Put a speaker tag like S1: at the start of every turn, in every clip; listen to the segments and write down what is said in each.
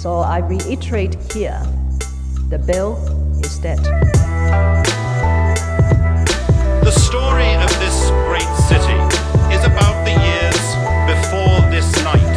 S1: So I reiterate here the bill is dead.
S2: The story of this great city is about the years before this night.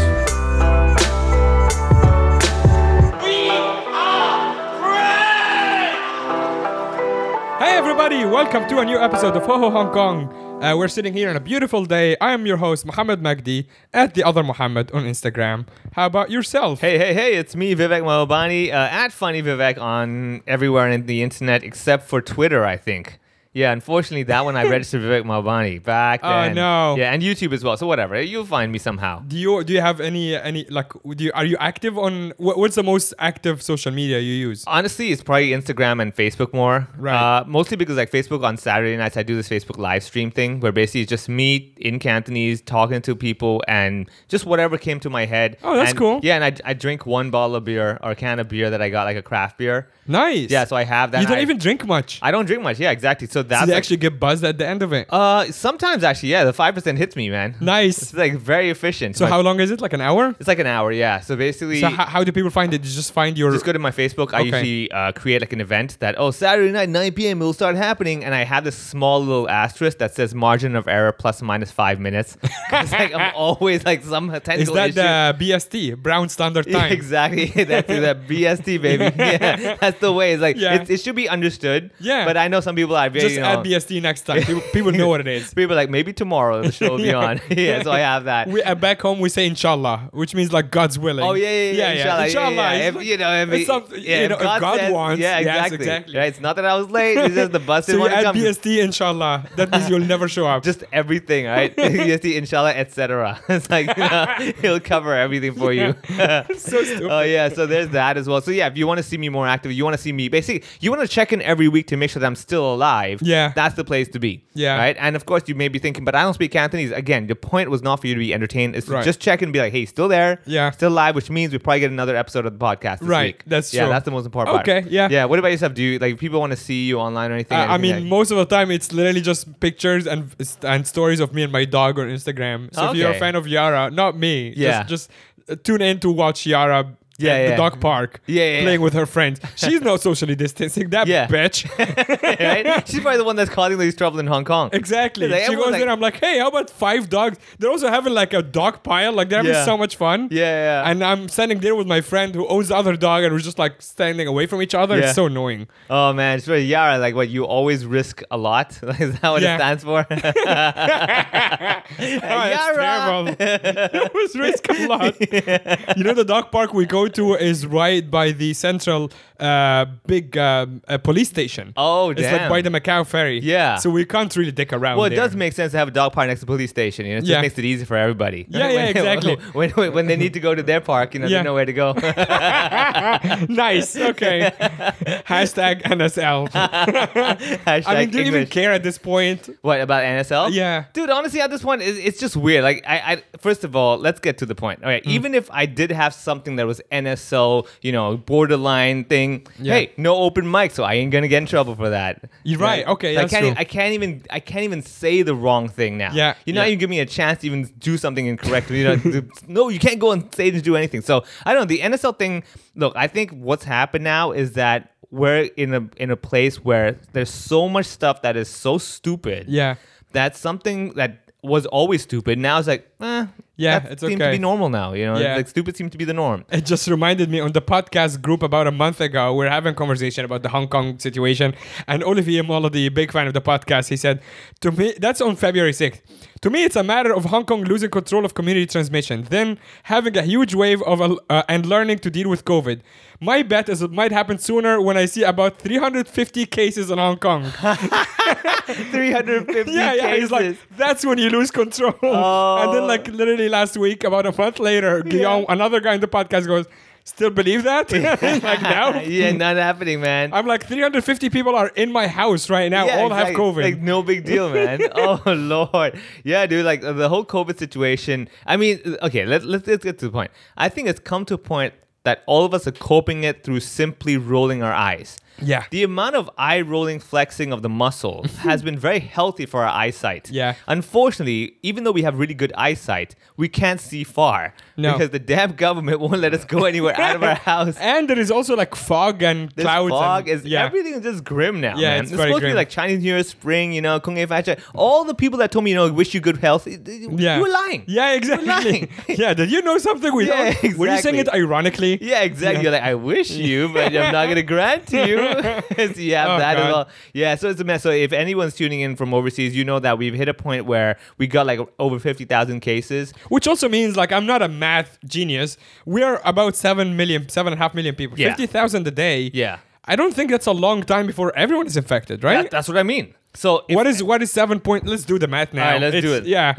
S3: Hey everybody, welcome to a new episode of Ho Ho Hong Kong. Uh, we're sitting here on a beautiful day. I am your host Mohammed Magdi at the other Mohammed on Instagram. How about yourself?
S4: Hey, hey, hey, it's me, Vivek Malabani, uh, at Funny Vivek on everywhere on the internet except for Twitter, I think. Yeah, unfortunately, that one I registered Vivek Malabani back
S3: Oh,
S4: then.
S3: no.
S4: Yeah, and YouTube as well. So, whatever. You'll find me somehow.
S3: Do you do you have any any like do you, are you active on wha- what's the most active social media you use?
S4: Honestly, it's probably Instagram and Facebook more.
S3: Right.
S4: Uh, mostly because, like, Facebook on Saturday nights, I do this Facebook live stream thing where basically it's just me in Cantonese talking to people and just whatever came to my head.
S3: Oh, that's
S4: And-
S3: cool.
S4: Yeah, and I, I drink one bottle of beer or can of beer that I got, like a craft beer.
S3: Nice.
S4: Yeah, so I have that.
S3: you don't
S4: I-
S3: even drink much.
S4: I don't drink much. Yeah, exactly. So that's
S3: so they
S4: like-
S3: actually get buzzed at the end of it.
S4: Uh, sometimes actually, yeah, the five percent hits me, man.
S3: nice.
S4: It's like very efficient.
S3: So
S4: Like,
S3: how long is it? Like an hour?
S4: It's like an hour, yeah. So basically,
S3: So how, how do people find it? You just find your
S4: just go to my Facebook. I
S3: Okay.
S4: usually uh, create like an event that oh Saturday night 9 p.m. will start happening, and I have this small little asterisk that says margin of error plus minus five minutes. it's like I'm always like some
S3: is
S4: technical
S3: that
S4: issue.
S3: the BST Brown Standard
S4: Yeah,
S3: Time?
S4: exactly. That's that BST baby. Yeah, that's the way. It's like
S3: Yeah.
S4: it's, it should be understood.
S3: Yeah.
S4: But I know some people are very
S3: Just
S4: you know,
S3: add BST next time. People, people know what it is.
S4: People are like maybe tomorrow the show will be
S3: Yeah.
S4: on. yeah, so I have that.
S3: We uh, back home we say inshallah, which means like God's willing.
S4: Oh yeah, yeah, yeah.
S3: inshallah,
S4: yeah, yeah.
S3: It's
S4: If,
S3: like-
S4: you know, if,
S3: it's
S4: it-
S3: something-
S4: yeah,
S3: you know, if God,
S4: says-
S3: wants,
S4: yeah, exactly.
S3: yes, exactly.
S4: Right, it's not that I was late. It's just the bus
S3: so
S4: didn't
S3: you
S4: want to
S3: add
S4: come.
S3: BST inshallah, that means you'll never show up.
S4: Just everything, right? Just the inshallah, etc. It's like you know, he'll cover everything for you.
S3: so stupid. Uh,
S4: oh yeah, so there's that as well. So yeah, if you want to see me more active, you want to see me basically, you want to check in every week to make sure that I'm still alive.
S3: Yeah.
S4: that's the place to be.
S3: Yeah.
S4: right. And of course, you may be thinking, but I don't speak Cantonese. Again, the point was not for you to be entertained. It's to
S3: Right.
S4: just check in and be like, hey, still there?
S3: Yeah.
S4: still live, which means we probably get another episode of the podcast. This
S3: Right,
S4: week.
S3: that's
S4: yeah,
S3: true.
S4: that's the most important part.
S3: Okay, yeah.
S4: yeah. What about yourself? Do you like if people want to see you online or anything?
S3: Uh, I
S4: anything
S3: mean,
S4: like-
S3: most of the time it's literally just pictures and and stories of me and my dog on Instagram. So if you're a
S4: Okay.
S3: fan of Yara, not me,
S4: Yeah.
S3: just, just uh, tune in to watch Yara.
S4: Yeah,
S3: at the
S4: yeah.
S3: dog park,
S4: Yeah, yeah,
S3: playing
S4: yeah.
S3: with her friends. She's not socially distancing. That
S4: Yeah.
S3: bitch.
S4: right? She's probably the one that's causing these trouble in Hong Kong.
S3: Exactly.
S4: Like,
S3: she
S4: everyone's
S3: goes
S4: like-
S3: there. I'm like, hey, how about five dogs? They're also having like a dog pile. Like they're having
S4: Yeah.
S3: so much fun.
S4: Yeah, yeah, yeah.
S3: And I'm standing there with my friend who owns the other dog, and we're just like standing away from each other.
S4: Yeah.
S3: It's so annoying.
S4: Oh man, it's really Yara. Like, what you always risk a lot. Like, is that what
S3: Yeah.
S4: it stands for? Yara.
S3: Oh, It's terrible. it was risk a lot. You know, the dog park we go to is right by the central uh, big um, uh, police station.
S4: Oh,
S3: it's like
S4: damn.
S3: by the Macau ferry.
S4: Yeah.
S3: So we can't really dick around.
S4: Well, it
S3: there.
S4: does make sense to have a dog park next to the police station. You know, it
S3: Yeah.
S4: just makes it easy for everybody.
S3: Yeah, yeah,
S4: When-
S3: exactly.
S4: when, when, when they need to go to their park, you know,
S3: Yeah.
S4: they know where to go.
S3: nice. Okay. Hashtag NSL.
S4: Hashtag
S3: I mean, do you even
S4: English.
S3: care at this point?
S4: What about NSL?
S3: Yeah.
S4: dude. Honestly, at this one, it's, it's just weird. Like, I, I first of all, let's get to the point. All right,
S3: Mm.
S4: even if I did have something that was NSL, you know, borderline thing.
S3: Yeah.
S4: Hey, no open mic, so I ain't gonna get in trouble for that.
S3: You're right. Okay,
S4: I
S3: that's
S4: can't. e,
S3: true.
S4: I can't even. I can't even say the wrong thing now.
S3: Yeah,
S4: You're not
S3: yeah.
S4: even giving me a chance to even do something incorrect. You know, to- no, you can't go on stage and do anything. So I don't know. The NSL thing. Look, I think what's happened now is that. We're in a in a place where there's so much stuff that is so stupid
S3: Yeah.
S4: that's something that was always stupid. Now it's like, eh,
S3: Yeah,
S4: that
S3: it's
S4: seems
S3: okay.
S4: to be normal now. You know,
S3: Yeah.
S4: like stupid seems to be the norm.
S3: It just reminded me on the podcast group about a month ago, we are having a conversation about the Hong Kong situation. And Olivier Molody, big fan of the podcast, he said, To me, that's on February 6th. To me, it's a matter of Hong Kong losing control of community transmission, then having a huge wave of uh, and learning to deal with COVID. My bet is it might happen sooner when I see about 350 cases in Hong Kong.
S4: 350
S3: yeah, yeah. He's like, that's when you lose control. And then,
S4: Oh.
S3: like, literally last week, about a month later, Guillaume, another guy in the podcast, goes, "Still believe that?" like now,
S4: yeah, not happening, man.
S3: I'm like, 350 people are in my house right now.
S4: Yeah,
S3: all have
S4: exactly.
S3: COVID.
S4: Like no big deal, man. oh lord, yeah, dude. Like the whole COVID situation. I mean, okay, let's let's, let's get to the point. I think it's come to a point that all of us are coping it through simply rolling our eyes.
S3: Yeah.
S4: The amount of eye rolling flexing of the muscle has been very healthy for our eyesight.
S3: Yeah.
S4: Unfortunately, even though we have really good eyesight, we can't see far
S3: No.
S4: because the damn government won't let us go anywhere out of our house.
S3: And there is also like fog and
S4: This
S3: clouds.
S4: fog
S3: and,
S4: is everything is just grim now.
S3: Yeah,
S4: man.
S3: it's very
S4: supposed to
S3: grim.
S4: be like Chinese New Year, spring, you know, Kung Fu Fat Chai. All the people that told me, you know, wish you good health, y- y-
S3: Yeah.
S4: you were lying.
S3: Yeah, exactly.
S4: lying.
S3: yeah, did you know something we
S4: Yeah,
S3: don't? Were you saying
S4: exactly.
S3: it ironically?
S4: Yeah, exactly. You're like, I wish you, but I'm not gonna grant you. so you have
S3: Oh,
S4: that as
S3: God.
S4: well. Yeah, so it's a mess. So if anyone's tuning in from overseas, you know that we've hit a point where we got like over fifty thousand cases.
S3: Which also means like I'm not a math genius. We're about seven million, seven and a half million people.
S4: Yeah.
S3: Fifty thousand a day.
S4: Yeah.
S3: I don't think that's a long time before everyone is infected, right?
S4: That- that's what I mean. So if,
S3: what is what is seven point? Let's do the math now.
S4: all right, let's do
S3: It's-
S4: it.
S3: Yeah,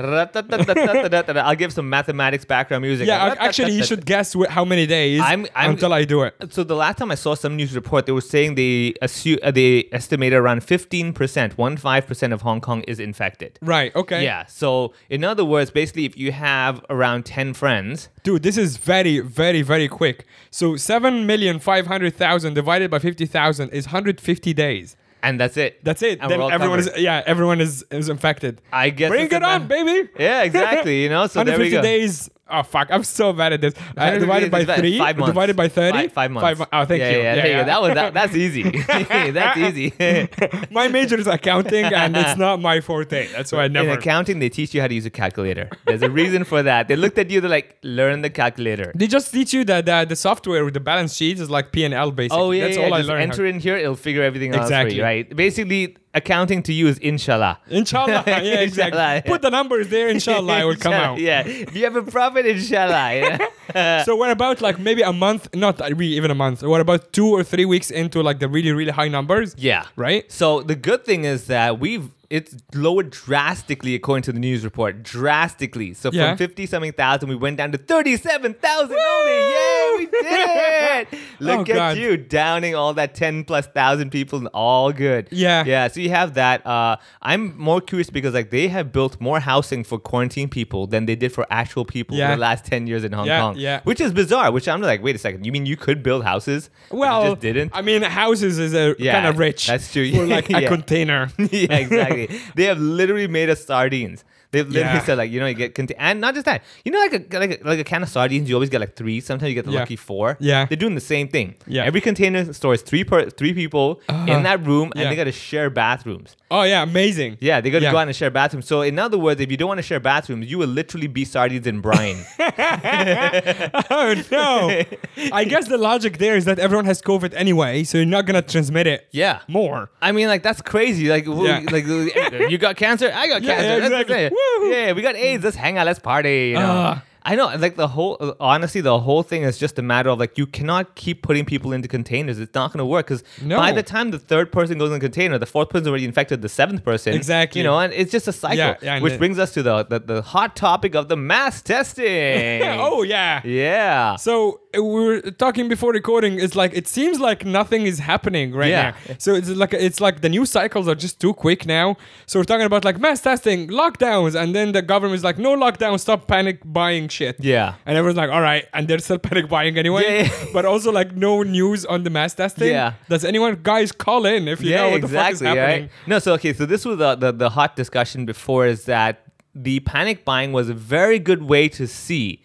S4: Ra-ta-ta-ta-ta-ta-ta-ta. I'll give some mathematics background music.
S3: yeah. ac- Actually, you
S4: Ra-ta-ta-ta-ta.
S3: should guess wh- how many days
S4: I'm- I'm-
S3: until I do it.
S4: So the last time I saw some news report, they were saying they assume uh, they estimated around fifteen percent, one five percent of Hong Kong is infected.
S3: Right. Okay.
S4: Yeah. So in other words, basically, if you have around ten friends,
S3: Dude, this is very, very, very quick. So seven million five hundred thousand divided by fifty thousand is hundred fifty days.
S4: and that's it.
S3: That's it.
S4: And
S3: then
S4: we're all
S3: everyone
S4: covered.
S3: is uh, yeah, everyone is is infected.
S4: I guess
S3: Bring
S4: it's
S3: it
S4: a
S3: on,
S4: man-
S3: baby.
S4: Yeah, exactly. You know, so there we
S3: 150
S4: go.
S3: days. Oh fuck, I'm so bad at this. Uh,
S4: 150
S3: divided by
S4: days is
S3: three.
S4: Five months.
S3: Divided by thirty.
S4: Five, five months.
S3: mon- oh, thank
S4: yeah,
S3: you.
S4: Yeah, yeah,
S3: yeah.
S4: That was that, that's easy. that's easy.
S3: My major is accounting, and it's not my forte. That's why I
S4: In
S3: never.
S4: accounting, they teach you how to use a calculator. There's a reason for that. They looked at you. They're like, learn the calculator.
S3: They just teach you that uh, the software with the balance sheet is like P and L basically.
S4: Oh yeah,
S3: that's
S4: yeah,
S3: all I
S4: just
S3: learned.
S4: Enter in here, it'll figure everything out for
S3: Exactly.
S4: you, right? Basically, accounting to you is inshallah.
S3: Inshallah, yeah, exactly.
S4: Inshallah, yeah.
S3: Put the numbers there. Inshallah, it will come
S4: Inshallah,
S3: out.
S4: Yeah, if you have a profit, inshallah. Yeah.
S3: So we're about like maybe a month, not really even a month. We're about two or three weeks into like the really really high numbers.
S4: Yeah.
S3: Right?
S4: So the good thing is that we've it's lowered drastically according to the news report. Drastically. So
S3: Yeah.
S4: from fifty something thousand, we went down to thirty-seven thousand only. Yay, we did it! Look
S3: Oh,
S4: at
S3: God.
S4: you downing all that ten plus thousand people and all good.
S3: Yeah.
S4: Yeah. So you have that. Uh, I'm more curious because like they have built more housing for quarantine people than they did for actual people
S3: Yeah.
S4: for the last ten years in Hong
S3: Yeah,
S4: Kong.
S3: yeah.
S4: Which is bizarre. Which I'm like, wait a second. You mean you could build houses? but you
S3: Well,
S4: just didn't.
S3: I mean, houses is a
S4: Yeah,
S3: kind of rich.
S4: that's true.
S3: For like a
S4: Yeah.
S3: container.
S4: yeah, exactly. they have literally made us sardines. They've literally
S3: Yeah.
S4: said like you know you get cont- and not just that you know like a like a, like a can of sardines you always get like three sometimes you get the
S3: Yeah.
S4: lucky four
S3: Yeah.
S4: they're doing the same thing
S3: Yeah. Uh-huh.
S4: every container stores three per three people in that room
S3: Yeah.
S4: and they got to share bathrooms
S3: Oh yeah, amazing.
S4: yeah they got to
S3: Yeah.
S4: go out and share bathrooms so in other words if you don't want to share bathrooms you will literally be sardines in brine
S3: Oh no. I guess the logic there is that everyone has COVID anyway, so you're not gonna transmit it.
S4: yeah
S3: More.
S4: I mean, like that's crazy. Like, w-
S3: Yeah.
S4: like you got cancer, I got
S3: Yeah,
S4: cancer.
S3: yeah,
S4: That's
S3: exactly.
S4: it.
S3: Woo.
S4: Yeah, we got AIDS. Let's hang out. Let's party. You know?
S3: Ah.
S4: I know. Like the whole, honestly, the whole thing is just a matter of like you cannot keep putting people into containers. It's not going to work because
S3: No.
S4: by the time the third person goes in the container, the fourth person's already infected the seventh person.
S3: Exactly.
S4: You know, and it's just a cycle.
S3: Yeah, yeah, and
S4: which
S3: the-
S4: brings us to the, the the hot topic of the mass testing.
S3: Yeah, oh yeah.
S4: yeah.
S3: So uh, we were talking before recording. It's like it seems like nothing is happening right
S4: Yeah.
S3: now. So it's like it's like the news cycles are just too quick now. So we're talking about like mass testing, lockdowns, and then the government is like, no lockdown, stop panic buying shit.
S4: Yeah.
S3: And everyone's like, all right, and they're still panic buying anyway.
S4: Yeah, yeah.
S3: But also like no news on the mass testing.
S4: Yeah.
S3: Does anyone guys call in if you know what the fuck is happening?
S4: No, so okay, so this was the, the the hot discussion before is that the panic buying was a very good way to see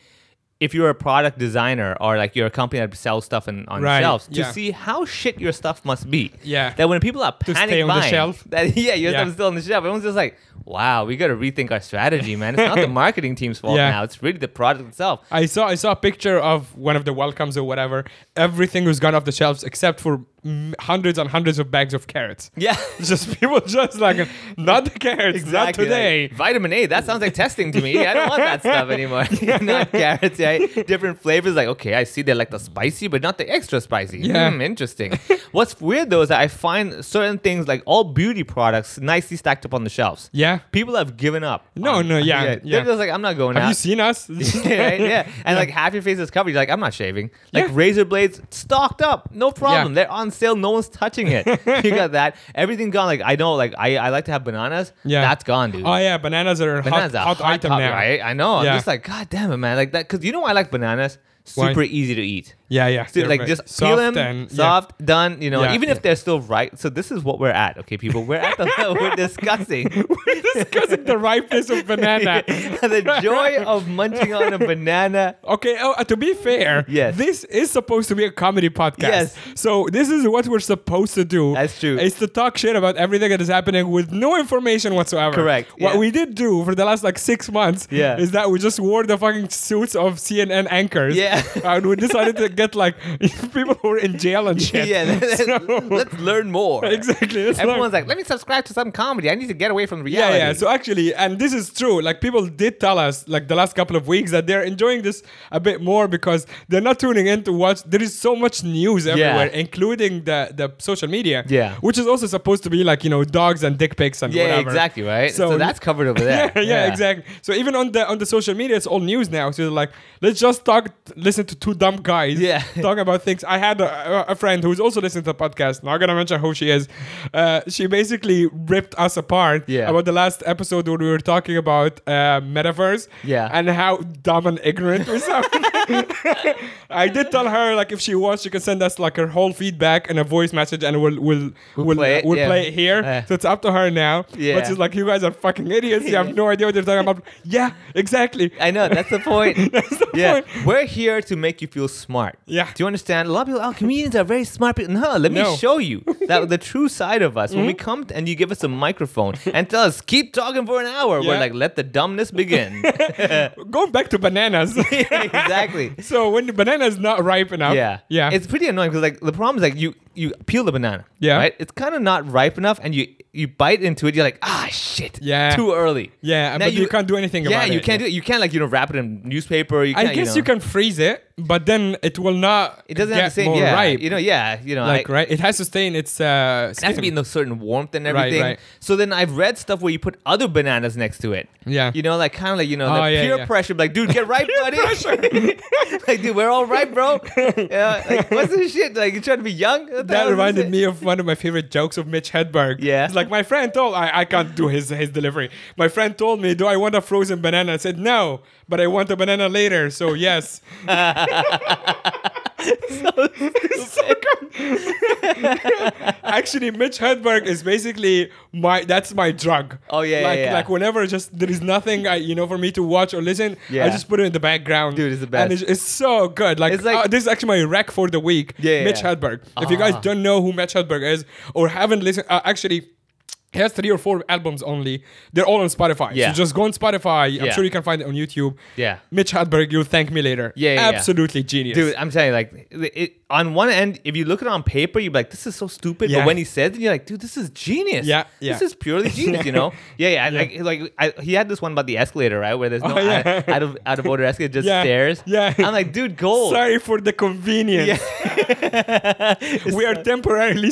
S4: if you're a product designer or like you're a company that sells stuff in, on
S3: Right,
S4: shelves to
S3: yeah.
S4: see how shit your stuff must be.
S3: Yeah.
S4: That when people are
S3: To
S4: panic
S3: stay on the
S4: buying,
S3: shelf.
S4: that yeah, your
S3: Yeah.
S4: stuff's still on the shelf. Everyone's just like, wow, we got to rethink our strategy, man. It's not the marketing team's fault
S3: Yeah.
S4: now. It's really the product itself.
S3: I saw I saw a picture of one of the welcomes or whatever. Everything was gone off the shelves except for mm, hundreds and hundreds of bags of carrots.
S4: Yeah.
S3: It's just people just like not the carrots, not
S4: Exactly,
S3: today.
S4: like, vitamin A, that sounds like testing to me. I don't want that stuff anymore. not carrots, right? Different flavors. Like, okay, I see they like the spicy, but not the extra spicy.
S3: Yeah.
S4: Hmm, interesting. What's weird though is that I find certain things, like all beauty products, nicely stacked up on the shelves.
S3: yeah.
S4: People have given up.
S3: No,
S4: on-
S3: no, yeah, yeah.
S4: They're just like, I'm not going
S3: Have
S4: out.
S3: you seen us?
S4: right? Yeah. And like half your face is covered. You're like, I'm not shaving. Like
S3: Yeah.
S4: razor blades stocked up. No problem.
S3: Yeah.
S4: They're on sale. No one's touching it. you got that. Everything gone. Like I know, like I, I like to have bananas.
S3: Yeah.
S4: That's gone, dude.
S3: Oh yeah, bananas are a
S4: bananas
S3: hot,
S4: are
S3: hot, item
S4: top,
S3: now.
S4: Right? I know.
S3: Yeah.
S4: I'm just like, God damn it, man. Like that because you know why I like bananas?
S3: Why?
S4: Super easy to eat.
S3: Yeah, yeah.
S4: So,
S3: they're
S4: like
S3: very
S4: just peel
S3: soft
S4: them,
S3: and- yeah.
S4: soft, done. You know,
S3: Yeah,
S4: even
S3: yeah.
S4: if they're still ripe. So this is what we're at, okay, people. We're at the level we're discussing.
S3: discussing the ripeness of banana.
S4: the joy of munching on a banana.
S3: Okay, oh, uh, to be fair,
S4: Yes.
S3: this is supposed to be a comedy podcast.
S4: Yes.
S3: So this is what we're supposed to do.
S4: That's true.
S3: It's to talk shit about everything that is happening with no information whatsoever.
S4: Correct,
S3: What
S4: yeah.
S3: we did do for the last like six months
S4: Yeah.
S3: is that we just wore the fucking suits of CNN anchors.
S4: Yeah.
S3: And we decided to get like people who were in jail and shit.
S4: Yeah, let's,
S3: So-
S4: let's learn more.
S3: Exactly. It's like-
S4: Everyone's like, let me subscribe to some comedy. I need to get away from
S3: Yeah,
S4: reality.
S3: yeah. So actually, and this is true. Like people did tell us, like the last couple of weeks, that they're enjoying this a bit more because they're not tuning in to watch. There is so much news everywhere, including the the social media.
S4: Yeah.
S3: which is also supposed to be like you know dogs and dick pics and
S4: Yeah,
S3: whatever.
S4: exactly, right? So, that's covered over there.
S3: yeah, yeah, exactly. So even on the on the social media, it's all news now. So like, let's just talk, listen to two dumb guys
S4: Yeah.
S3: talking about things. I had a, a friend who's also listening to the podcast. Not gonna mention who she is. Uh, she basically ripped us apart
S4: Yeah.
S3: about the last episode where we were talking about uh, metaverse.
S4: Yeah.
S3: and how dumb and ignorant we sound. I did tell her like if she wants, she can send us like her whole feedback and a voice message, and we'll we'll we'll we'll
S4: play it,
S3: play
S4: yeah.
S3: it, here.
S4: Yeah.
S3: So it's up to her now.
S4: Yeah.
S3: but she's like, you guys are fucking idiots. You have no idea what you're talking about. yeah, exactly.
S4: I know that's the point. yeah, we're here to make you feel smart.
S3: Yeah.
S4: do you understand? A lot of people, oh, comedians are very smart people. No, let me
S3: No. Mm-hmm.
S4: show you that the true side of us. When we come t- and you give us a microphone and tell us keep talking for an hour, we're
S3: Yeah.
S4: like, let the dumbness begin.
S3: Going back to bananas.
S4: exactly.
S3: so when the banana is not ripe enough,
S4: Yeah,
S3: yeah,
S4: It's pretty annoying because like the problem is like you you peel the banana.
S3: Yeah.
S4: right. It's kind of not ripe enough, and you you bite into it. You're like, ah, shit.
S3: Yeah.
S4: too early.
S3: yeah,
S4: Now
S3: but you, can't do anything
S4: Yeah,
S3: about it.
S4: you can't do it. You can't like you know wrap it in newspaper. You can't,
S3: I guess
S4: know.
S3: you, can freeze it, but then it will not.
S4: It doesn't
S3: get
S4: have the same,
S3: more
S4: yeah.
S3: ripe.
S4: You know, yeah, you know,
S3: like
S4: I,
S3: right, it has to stay in its. Uh,
S4: It has to be
S3: skin.
S4: in a certain warmth and
S3: Right,
S4: everything.
S3: right.
S4: So then I've read stuff where you put other bananas next to it.
S3: Yeah.
S4: You know, like kind of like you know,
S3: Oh,
S4: the
S3: yeah,
S4: peer
S3: yeah.
S4: pressure. Like, dude, get right, buddy. like, dude, we're all right, bro. yeah. Like, what's this shit? Like, you trying to be young? What the hell
S3: That
S4: is this
S3: reminded
S4: shit?
S3: me of one of my favorite jokes of Mitch Hedberg.
S4: Yeah.
S3: It's like my friend told I, I can't do his his delivery. My friend told me, Do I want a frozen banana? I said no, but I want a banana later, so yes. Actually, Mitch Hedberg is basically my that's my drug.
S4: Oh, yeah, yeah,
S3: Like
S4: yeah.
S3: like whenever just there is nothing I you know for me to watch or listen,
S4: Yeah.
S3: I just put it in the background.
S4: Dude, it's the
S3: And
S4: best.
S3: it's, it's so good. Like,
S4: It's like-
S3: uh, this is actually my rec for the week.
S4: Yeah, yeah,
S3: Mitch
S4: yeah.
S3: Hedberg. If you guys
S4: Ah.
S3: don't know who Mitch Hedberg is or haven't listened, uh, actually, he has three or four albums only. They're all on Spotify.
S4: Yeah.
S3: So just go on Spotify.
S4: Yeah.
S3: I'm sure you can find it on YouTube.
S4: Yeah.
S3: Mitch Hedberg, you'll thank me later.
S4: Yeah, yeah, yeah.
S3: Absolutely genius.
S4: Dude, I'm telling you, like, it, it- on one end, if you look at it on paper, you're like, this is so stupid. But
S3: Yeah.
S4: when he says it, you're like, dude, this is genius.
S3: Yeah,
S4: This
S3: yeah.
S4: is purely genius, you know? Yeah, yeah. I- Like, like I, he had this one about the escalator, right? Where there's no
S3: Oh, yeah.
S4: out, out of out of order escalator, just
S3: Yeah,
S4: stairs.
S3: yeah.
S4: I'm like, dude, gold.
S3: Sorry for the convenience. we are temporarily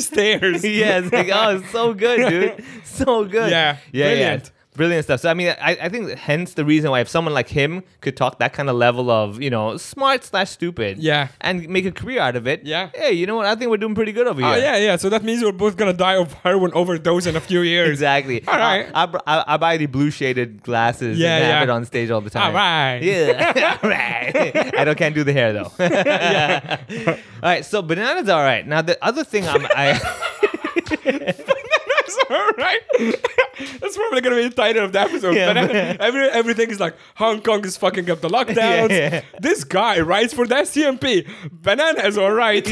S3: stairs.
S4: yeah, it's like, oh, it's so good, dude. So good.
S3: Yeah,
S4: Yeah, yeah.
S3: brilliant.
S4: Brilliant stuff. So I mean, I, I think hence the reason why if someone like him could talk that kind of level of you know smart slash stupid,
S3: Yeah.
S4: and make a career out of it,
S3: Yeah.
S4: Hey, you know what? I think we're doing pretty good over here.
S3: Oh, yeah, yeah. So that means we're both going to die of heroin overdose in a few years.
S4: Exactly.
S3: All right.
S4: I, I, br- I, I buy the blue shaded glasses
S3: Yeah,
S4: and
S3: yeah.
S4: have it on stage all the time.
S3: All right.
S4: Yeah. all right. I don't can't do the hair though. all right. So bananas all right. Now the other thing I'm I
S3: That's all right. That's probably gonna be the title of the episode.
S4: Yeah,
S3: But every, everything is like Hong Kong is fucking up the lockdowns.
S4: Yeah, yeah.
S3: This guy writes for the CMP. Banana is all right.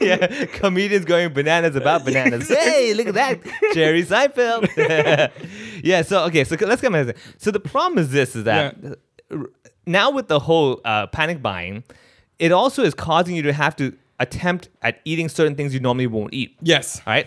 S4: yeah, comedians going bananas about bananas. hey, look at that. Jerry Seinfeld. yeah, so okay, so let's get my So the problem is this is that
S3: Yeah.
S4: r- now with the whole uh, panic buying, it also is causing you to have to attempt at eating certain things you normally won't eat.
S3: Yes.
S4: All right.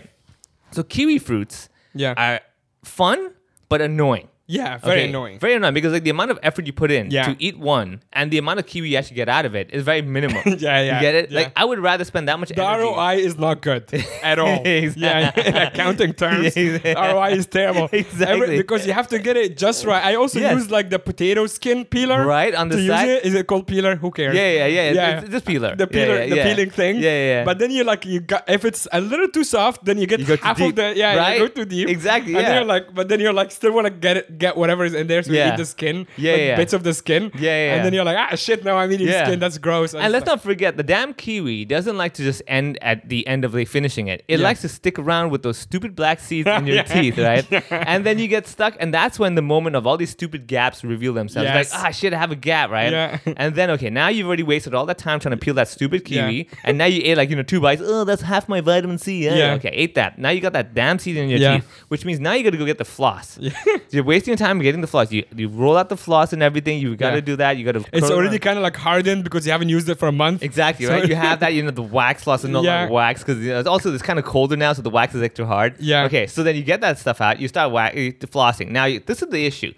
S4: So kiwi fruits
S3: Yeah.
S4: are fun but annoying.
S3: Yeah. Very
S4: Okay,
S3: annoying.
S4: Very annoying because like the amount of effort you put in
S3: Yeah.
S4: to eat one and the amount of kiwi you actually get out of it is very minimal.
S3: Yeah, yeah,
S4: You get it?
S3: yeah.
S4: Like I would rather spend that much
S3: the
S4: energy.
S3: ROI is not good at all.
S4: Exactly.
S3: Yeah, in accounting terms,
S4: Yeah, exactly.
S3: ROI is terrible.
S4: Exactly.
S3: because you have to get it just right. I also
S4: Yes.
S3: use like the potato skin peeler.
S4: Right, on the
S3: to use
S4: side.
S3: it. Is it called peeler? Who cares?
S4: Yeah, yeah, yeah. It's- it's just peeler.
S3: The
S4: Yeah,
S3: peeler,
S4: yeah,
S3: the
S4: yeah.
S3: peeling thing.
S4: Yeah, yeah, yeah.
S3: But then you like you got if it's a little too soft, then you get
S4: You go too
S3: half
S4: deep,
S3: of the yeah
S4: right?
S3: you go too deep
S4: Exactly,
S3: And
S4: yeah.
S3: then you're like, but then you're like still want to get it get whatever is in there. So you
S4: Yeah.
S3: eat the skin,
S4: Yeah,
S3: like
S4: yeah, yeah.
S3: bits of the skin.
S4: Yeah, yeah,
S3: And then
S4: yeah.
S3: you're like, ah, shit, now I'm eating
S4: Yeah.
S3: skin. That's gross.
S4: And let's not forget, the damn kiwi doesn't like to just end at the end of like finishing it. It
S3: Yeah.
S4: likes to stick around with those stupid black seeds in your
S3: Yeah.
S4: teeth, right? And then you get stuck, and that's when the moment of all these stupid gaps reveal themselves.
S3: Yes.
S4: Like, ah, shit, I have a gap, right?
S3: Yeah.
S4: And then, okay, now you've already wasted all that time trying to peel that stupid kiwi,
S3: Yeah.
S4: and now you ate like you know two bites. Oh, that's half my vitamin C. Yeah.
S3: Yeah.
S4: Okay, ate that. Now you got that damn seed in your
S3: Yeah.
S4: teeth, which means now you got to go get the floss. You're wasting your time getting the floss. You you roll out the floss and everything. You got to
S3: Yeah.
S4: do that. You got to.
S3: It's already kind of like hardened because you haven't used it for a month.
S4: Exactly,
S3: So-
S4: right? You have that, you know, the wax floss and not
S3: Yeah.
S4: like wax because you know, it's also it's kind of colder now, so the wax is extra hard.
S3: Yeah.
S4: Okay, so then you get that stuff out, you start wax, flossing. Now, you, this is the issue.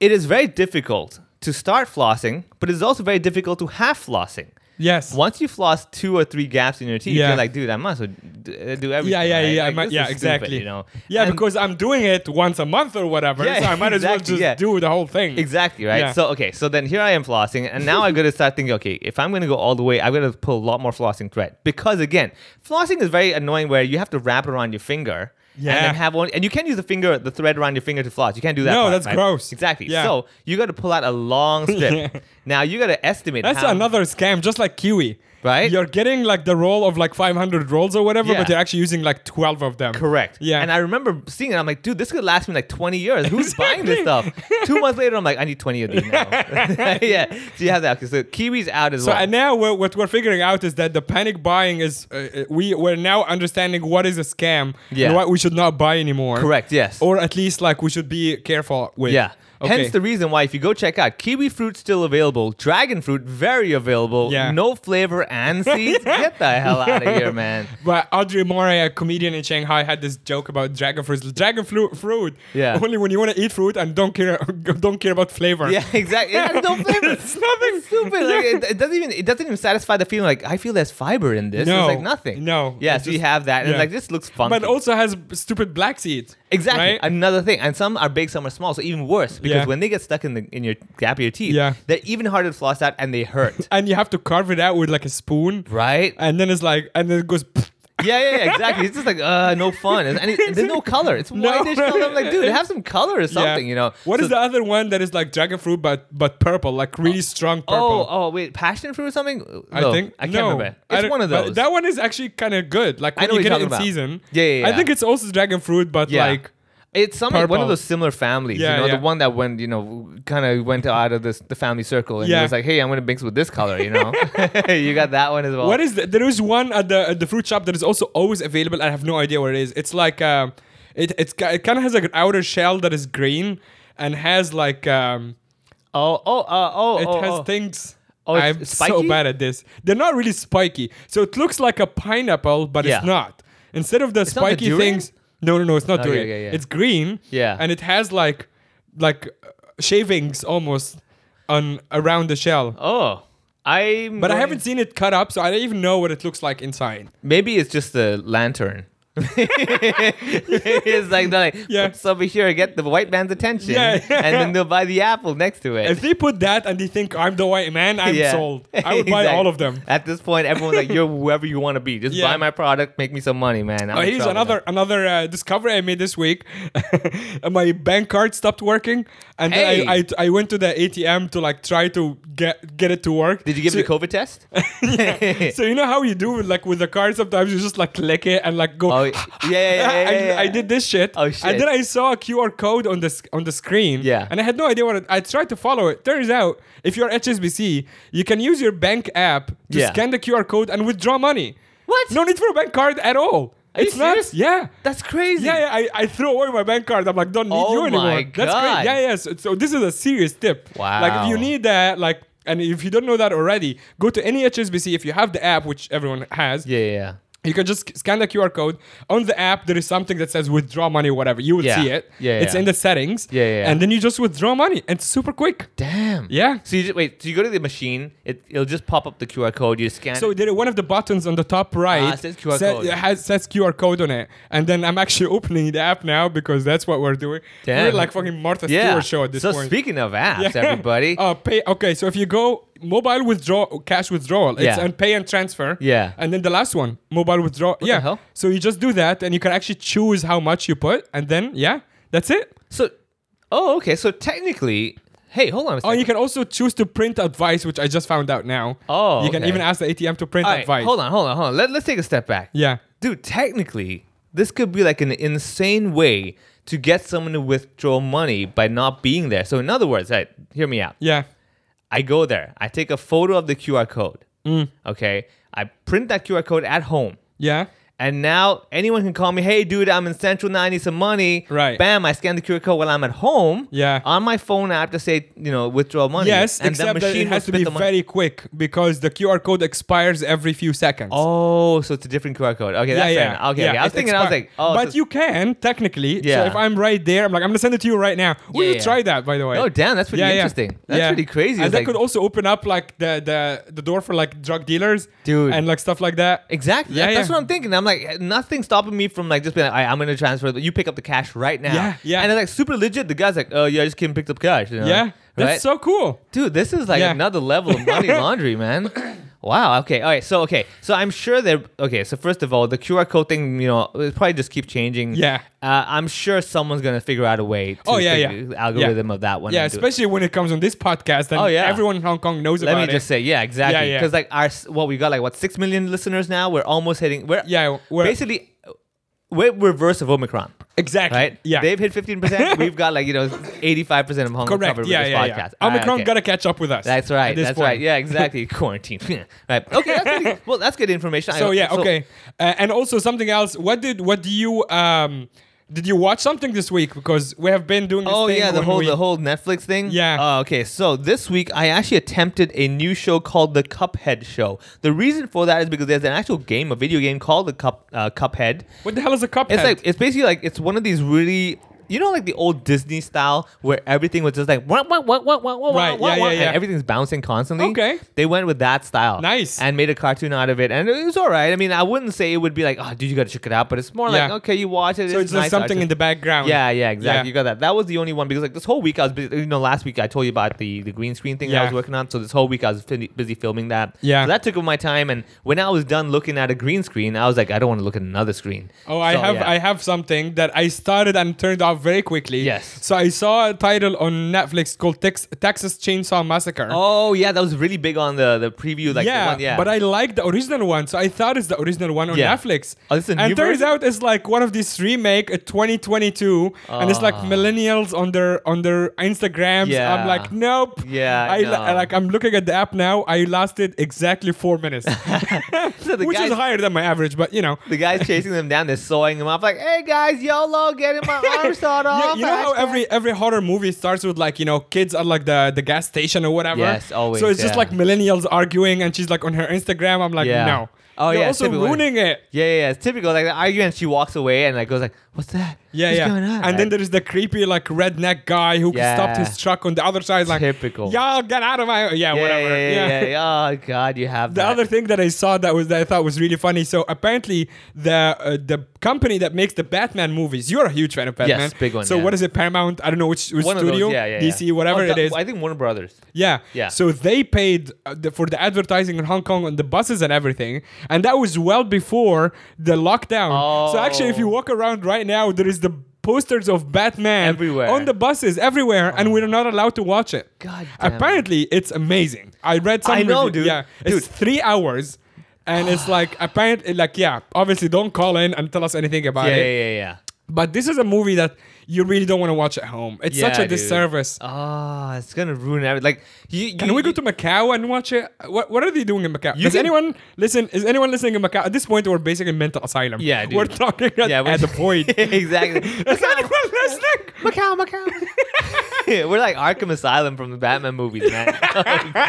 S4: It is very difficult to start flossing, but it's also very difficult to have flossing.
S3: Yes.
S4: Once you floss two or three gaps in your teeth,
S3: Yeah.
S4: you're like, dude, I must do, uh, do everything.
S3: Yeah, yeah,
S4: right?
S3: yeah,
S4: Like,
S3: I might-
S4: this
S3: yeah,
S4: is
S3: exactly.
S4: Stupid, you know,
S3: Yeah,
S4: And-
S3: because I'm doing it once a month or whatever,
S4: Yeah,
S3: so I might as well
S4: exactly,
S3: just
S4: yeah.
S3: do the whole thing.
S4: Exactly, right?
S3: Yeah.
S4: So, okay, so then here I am flossing, and now I've got to start thinking, okay, if I'm going to go all the way, I've got to pull a lot more flossing thread. Because again, flossing is very annoying where you have to wrap it around your finger. And
S3: Yeah.
S4: then have one, and you can't use the finger, the thread around your finger to floss. You can't do that.
S3: No,
S4: part,
S3: that's
S4: right?
S3: gross.
S4: Exactly.
S3: Yeah.
S4: So you got to pull out a long strip. Now you got to estimate.
S3: That's
S4: how-
S3: another scam, just like Kiwi.
S4: Right?
S3: You're getting like the roll of like 500 rolls or whatever, but
S4: Yeah.
S3: you're actually using like 12 of them.
S4: Correct.
S3: Yeah.
S4: And I remember seeing it. I'm like, dude, this could last me like 20 years. Who's buying this stuff?
S3: Exactly.
S4: Two months later, I'm like, I need 20 of these now. yeah. So you have that. Okay, so kiwis out as
S3: so
S4: well.
S3: and now we're, what we're figuring out is that the panic buying is uh, uh, we we're now understanding what is a scam
S4: Yeah.
S3: and what we should not buy anymore.
S4: Correct, yes.
S3: Or at least like we should be careful with.
S4: Yeah.
S3: Okay.
S4: Hence the reason why if you go check out kiwi fruit still available, dragon fruit very available,
S3: Yeah.
S4: no flavor and seeds. Get the hell out of here, man.
S3: But Audrey Mori, a comedian in Shanghai, had this joke about dragon fruit. Dragon flu- fruit.
S4: Yeah.
S3: Only when you want to eat fruit and don't care don't care about flavor.
S4: Yeah, exactly. It has no flavor.
S3: It's nothing.
S4: It's stupid. Like, it, it doesn't even it doesn't even satisfy the feeling like I feel there's fiber in this.
S3: No.
S4: it's like nothing.
S3: No.
S4: Yeah,
S3: It's
S4: so you
S3: just-
S4: have that and
S3: yeah.
S4: like this looks fun.
S3: But also has stupid black seeds.
S4: Exactly.
S3: Right?
S4: Another thing. And some are big, some are small. So even worse. Because
S3: Yeah.
S4: when they get stuck in the in your gap of your teeth,
S3: Yeah.
S4: they're even harder to floss out and they hurt.
S3: and you have to carve it out with like a spoon.
S4: right?
S3: And then it's like, and then it goes.
S4: Yeah, yeah, yeah, exactly. It's just like, uh, no fun. And, and it, there's no color. It's
S3: No.
S4: whitish color. I'm like, dude, have some color or something, you know?
S3: What is
S4: So-
S3: the other one that is like dragon fruit but but purple, like really strong
S4: Oh,
S3: purple?
S4: oh, wait, passion fruit or something?
S3: I
S4: No,
S3: think
S4: I can't
S3: no.
S4: remember.
S3: I
S4: It's
S3: don't-
S4: one of
S3: but
S4: those.
S3: That one is actually kind of good. Like
S4: I
S3: when
S4: know
S3: you
S4: what
S3: get
S4: you're
S3: it in
S4: talking about.
S3: season.
S4: Yeah, yeah,
S3: I
S4: yeah.
S3: think it's also dragon fruit, but
S4: yeah.
S3: like
S4: it's some one
S3: purple.
S4: of those similar families,
S3: Yeah,
S4: you know,
S3: yeah.
S4: the one that went, you know, kind of went out of this the family circle and
S3: Yeah.
S4: it was like, hey, I'm gonna mix with this color, you know. you got that one as well.
S3: what is the, there is one at the at the fruit shop that is also always available. I have no idea what it is. It's like um, it it's ki- it kind of has like an outer shell that is green and has like um,
S4: Oh, oh, uh, oh,
S3: It
S4: oh,
S3: has
S4: oh.
S3: things.
S4: Oh, it's
S3: I'm so
S4: spiky?
S3: bad at this. They're not really spiky. So it looks like a pineapple, but
S4: Yeah.
S3: it's not. Instead of the
S4: not the
S3: spiky
S4: durian?
S3: things, no, no, no, it's not
S4: Okay,
S3: durian.
S4: okay, yeah.
S3: It's green.
S4: Yeah.
S3: and it has like, like uh, shavings almost on around the shell.
S4: Oh, I'm.
S3: But I
S4: going-
S3: haven't seen it cut up, so I don't even know what it looks like inside.
S4: Maybe it's just the lantern. it's like, they're like
S3: Yeah.
S4: what's over here? Get the white man's attention,
S3: Yeah, yeah.
S4: and then they'll buy the apple next to it.
S3: If they put that and they think I'm the white man, I'm
S4: Yeah.
S3: sold. I would buy
S4: Exactly.
S3: all of them.
S4: At this point, everyone's like, "You're whoever you want to be. Just
S3: Yeah.
S4: buy my product, make me some money, man." I'm
S3: Oh,
S4: in
S3: here's
S4: trouble.
S3: another another uh, discovery I made this week. My bank card stopped working, and then I,
S4: Hey.
S3: I I went to the ATM to like try to get get it to work.
S4: Did you give
S3: so,
S4: the COVID test? Oh,
S3: So you know how you do with, like with the card sometimes you just like click it and like go.
S4: Oh, yeah, yeah, yeah, yeah, yeah.
S3: I, I did this shit.
S4: Oh, shit.
S3: And then I saw a QR code on the sc- on the screen.
S4: Yeah.
S3: And I had no idea what it, I tried to follow it. Turns out, if you're HSBC, you can use your bank app to
S4: Yeah.
S3: scan the QR code and withdraw money.
S4: What?
S3: No need for a bank card at all.
S4: Are you
S3: it's not.
S4: serious?
S3: Yeah.
S4: That's crazy.
S3: Yeah, yeah I, I threw away my bank card. I'm like, don't need
S4: Oh
S3: you anymore.
S4: my
S3: That's
S4: God.
S3: great. Yeah, yeah. So, so this is a serious tip. Like if you
S4: Wow.
S3: need that, like, and if you don't know that already, go to any HSBC. If you have the app, which everyone has,
S4: yeah, yeah.
S3: you can just scan the QR code on the app. There is something that says withdraw money or whatever. You will
S4: Yeah.
S3: see it.
S4: Yeah,
S3: it's
S4: yeah.
S3: in the settings.
S4: Yeah, yeah, yeah.
S3: And then you just withdraw money. And it's super quick.
S4: Damn.
S3: Yeah.
S4: So you just, wait. So you go to the machine. It it'll just pop up the QR code. You scan.
S3: So
S4: it.
S3: there, one of the buttons on the top right
S4: Ah, it says QR
S3: sa-
S4: code.
S3: it has, says QR code on it, and then I'm actually opening the app now because that's what we're doing. We're
S4: Damn.
S3: like fucking Martha
S4: yeah.
S3: Stewart show at this
S4: so
S3: point.
S4: speaking of apps,
S3: Yeah.
S4: everybody.
S3: Uh, pay. Okay, so if you go mobile withdraw, cash withdrawal, it's
S4: Yeah.
S3: and pay and transfer.
S4: Yeah.
S3: And then the last one, mobile withdrawal. yeah.
S4: hell?
S3: So you just do that, and you can actually choose how much you put, and then yeah, that's it.
S4: So Oh, okay. So technically, hey, hold on a second.
S3: Oh, you can also choose to print advice, which I just found out now.
S4: Oh,
S3: you can
S4: okay.
S3: even ask the ATM to print
S4: All right,
S3: advice.
S4: hold on, hold on, hold on. Let, let's take a step back.
S3: Yeah.
S4: Dude, technically, this could be like an insane way to get someone to withdraw money by not being there. So, in other words, right, hear me out.
S3: Yeah.
S4: I go there, I take a photo of the QR code.
S3: Mm.
S4: Okay. I print that QR code at home.
S3: Yeah.
S4: And now anyone can call me, hey, dude, I'm in Central now, I need some money.
S3: Right.
S4: Bam, I scan the QR code while I'm at home.
S3: Yeah.
S4: On my phone, I have to say, you know, withdraw money.
S3: Yes,
S4: And
S3: except that it
S4: will
S3: has to
S4: spit
S3: be
S4: the money-
S3: very quick because the QR code expires every few seconds.
S4: Oh, so it's a different QR code. Okay, that's fair. enough. Okay, okay. I was
S3: it
S4: thinking, I was
S3: expires.
S4: like, oh,
S3: but
S4: so-
S3: you can technically.
S4: Yeah.
S3: So if I'm right there, I'm like, I'm gonna send it to you right now. Will
S4: Yeah,
S3: you
S4: yeah.
S3: try that, by the way?
S4: Oh, damn, that's pretty interesting. That's pretty crazy.
S3: And
S4: It's
S3: that
S4: like-
S3: could also open up like the, the the door for like drug dealers,
S4: Dude.
S3: and like stuff like that.
S4: Exactly.
S3: Yeah,
S4: That- That's
S3: yeah.
S4: what I'm thinking. I'm like, nothing stopping me from like just being like, I, I'm gonna transfer. You pick up the cash right now.
S3: Yeah, yeah.
S4: And it's like super legit. The guy's like, oh yeah, I just came and picked up cash. you know,
S3: yeah, that's
S4: right?
S3: so cool.
S4: Dude, this is like
S3: Yeah.
S4: another level of money laundry, man. Wow. Okay. All right. So okay. So I'm sure that okay. So first of all, the QR code thing, you know, it probably just keep changing.
S3: Yeah.
S4: Uh, I'm sure someone's gonna figure out a way. To
S3: Oh, yeah,
S4: figure
S3: yeah.
S4: the Algorithm
S3: Yeah.
S4: of that one.
S3: yeah,
S4: and do it.
S3: especially when it comes on this podcast, and
S4: Oh, yeah.
S3: everyone in Hong Kong knows
S4: Let
S3: about
S4: me
S3: it.
S4: just say, yeah, exactly.
S3: Yeah, yeah.
S4: Because like our, s- well, we got like what six million listeners now. We're almost hitting. We're
S3: Yeah, we're-
S4: basically we're reverse of Omicron,
S3: exactly.
S4: right?
S3: Yeah.
S4: they've hit fifteen percent. We've got like you know eighty five percent of Hong Kong
S3: Correct.
S4: covered
S3: Yeah,
S4: with this
S3: yeah, yeah.
S4: podcast. Alright,
S3: Omicron
S4: okay.
S3: gotta catch up with us.
S4: That's right.
S3: at this
S4: That's
S3: point.
S4: right. Yeah, exactly. Quarantine. right. Okay. That's pretty, well, that's good information. I-
S3: So yeah, okay. Uh, and also something else. What did what do you um did you watch something this week? Because we have been doing. This
S4: Oh
S3: thing
S4: yeah, the
S3: when
S4: whole
S3: we-
S4: the whole Netflix thing.
S3: Yeah.
S4: Oh, okay, so this week I actually attempted a new show called the Cuphead Show. The reason for that is because there's an actual game, a video game called the Cup uh, Cuphead.
S3: What the hell is a cuphead?
S4: It's like it's basically like it's one of these really. You know, like the old Disney style, where everything was just like what, what, what, what, what, what,
S3: Right,
S4: what,
S3: yeah,
S4: what,
S3: yeah, yeah.
S4: and everything's bouncing constantly.
S3: Okay.
S4: they went with that style,
S3: Nice.
S4: and made a cartoon out of it, and it was all right. I mean, I wouldn't say it would be like, oh, dude, you got to check it out, but it's more like,
S3: Yeah.
S4: okay, you watch it.
S3: so it's just
S4: nice
S3: something
S4: art.
S3: in the background.
S4: Yeah, yeah, exactly.
S3: Yeah.
S4: You got that. That was the only one because like this whole week I was busy. You know, last week I told you about the the green screen thing that I
S3: Yeah.
S4: was working on. So this whole week I was fin- busy filming that.
S3: Yeah.
S4: So that took up my time, and when I was done looking at a green screen, I was like, I don't want to look at another screen.
S3: Oh, I
S4: So,
S3: have
S4: yeah.
S3: I have something that I started and turned off very quickly.
S4: Yes.
S3: So I saw a title on Netflix called Tex- Texas Chainsaw Massacre.
S4: Oh yeah, that was really big on the the preview. Like
S3: yeah,
S4: the one, yeah.
S3: but I like the original one, so I thought it's the original one on
S4: Yeah.
S3: Netflix.
S4: Oh, this is a
S3: and
S4: new
S3: turns
S4: version?
S3: out it's like one of these remake, a 2022, and it's like
S4: Ah.
S3: millennials on their on their Instagrams.
S4: Yeah.
S3: I'm like, nope.
S4: Yeah,
S3: I li-
S4: no.
S3: I like I'm looking at the app now. I lasted exactly four minutes,
S4: So the
S3: which
S4: guys-
S3: is higher than my average, but you know.
S4: the guys chasing them down, they're sawing them off. Like, hey guys, YOLO, getting my arm sawed
S3: You-
S4: off.
S3: you, know how
S4: hashtag."
S3: every every horror movie starts with like you know kids at like the the gas station or whatever.
S4: Yes, always,
S3: So it's just
S4: yeah.
S3: like millennials arguing, and she's like on her Instagram. I'm like,
S4: Yeah.
S3: no.
S4: Oh,
S3: You're
S4: yeah,
S3: also
S4: typical.
S3: ruining it.
S4: Yeah, yeah, yeah, it's typical. Like the argument, she walks away and like goes like, "What's that?
S3: Yeah,
S4: What's
S3: yeah.
S4: Going on?
S3: and then there is the creepy like redneck guy who stopped
S4: Yeah.
S3: his truck on the other side, like
S4: Typical.
S3: Y'all get out of my yeah, whatever.
S4: Yeah, yeah, yeah, yeah. Oh God, you have
S3: The
S4: that.
S3: other thing that I saw that was that I thought was really funny. So apparently the uh, the company that makes the Batman movies, you're a huge fan of Batman.
S4: big one,
S3: So
S4: yeah.
S3: what is it? Paramount? I don't know which, which
S4: One of those,
S3: studio,
S4: yeah, yeah, yeah.
S3: DC, whatever
S4: Oh,
S3: it
S4: the-
S3: is.
S4: I think Warner Brothers.
S3: Yeah.
S4: Yeah.
S3: So they paid uh, the, for the advertising in Hong Kong on the buses and everything, and that was well before the lockdown. So actually, if you
S4: Oh.
S3: walk around right now, there is the posters of Batman
S4: Everywhere.
S3: on the buses everywhere, and we're not allowed to watch it.
S4: God damn it.
S3: Apparently, it's amazing. I read some.
S4: I know,
S3: review-
S4: dude.
S3: Yeah. It's
S4: Dude.
S3: three hours. And it's like apparently, like yeah, obviously don't call in and tell us anything about
S4: yeah,
S3: it.
S4: yeah, yeah, yeah.
S3: But this is a movie that you really don't want to watch at home. It's such
S4: Yeah,
S3: a
S4: dude.
S3: disservice.
S4: Ah, it's gonna ruin everything. Like, you, you,
S3: Can we go
S4: you-
S3: to Macau and watch it? What What are they doing in Macau?
S4: You
S3: Does
S4: can-
S3: anyone listen? Is anyone listening in Macau? At this point, we're basically in mental asylum.
S4: Yeah, dude.
S3: we're talking at,
S4: Yeah, we're-
S3: at the point.
S4: exactly?
S3: Is anyone listening?
S4: Macau, Macau. We're like Arkham Asylum from the Batman movies, man. Oh,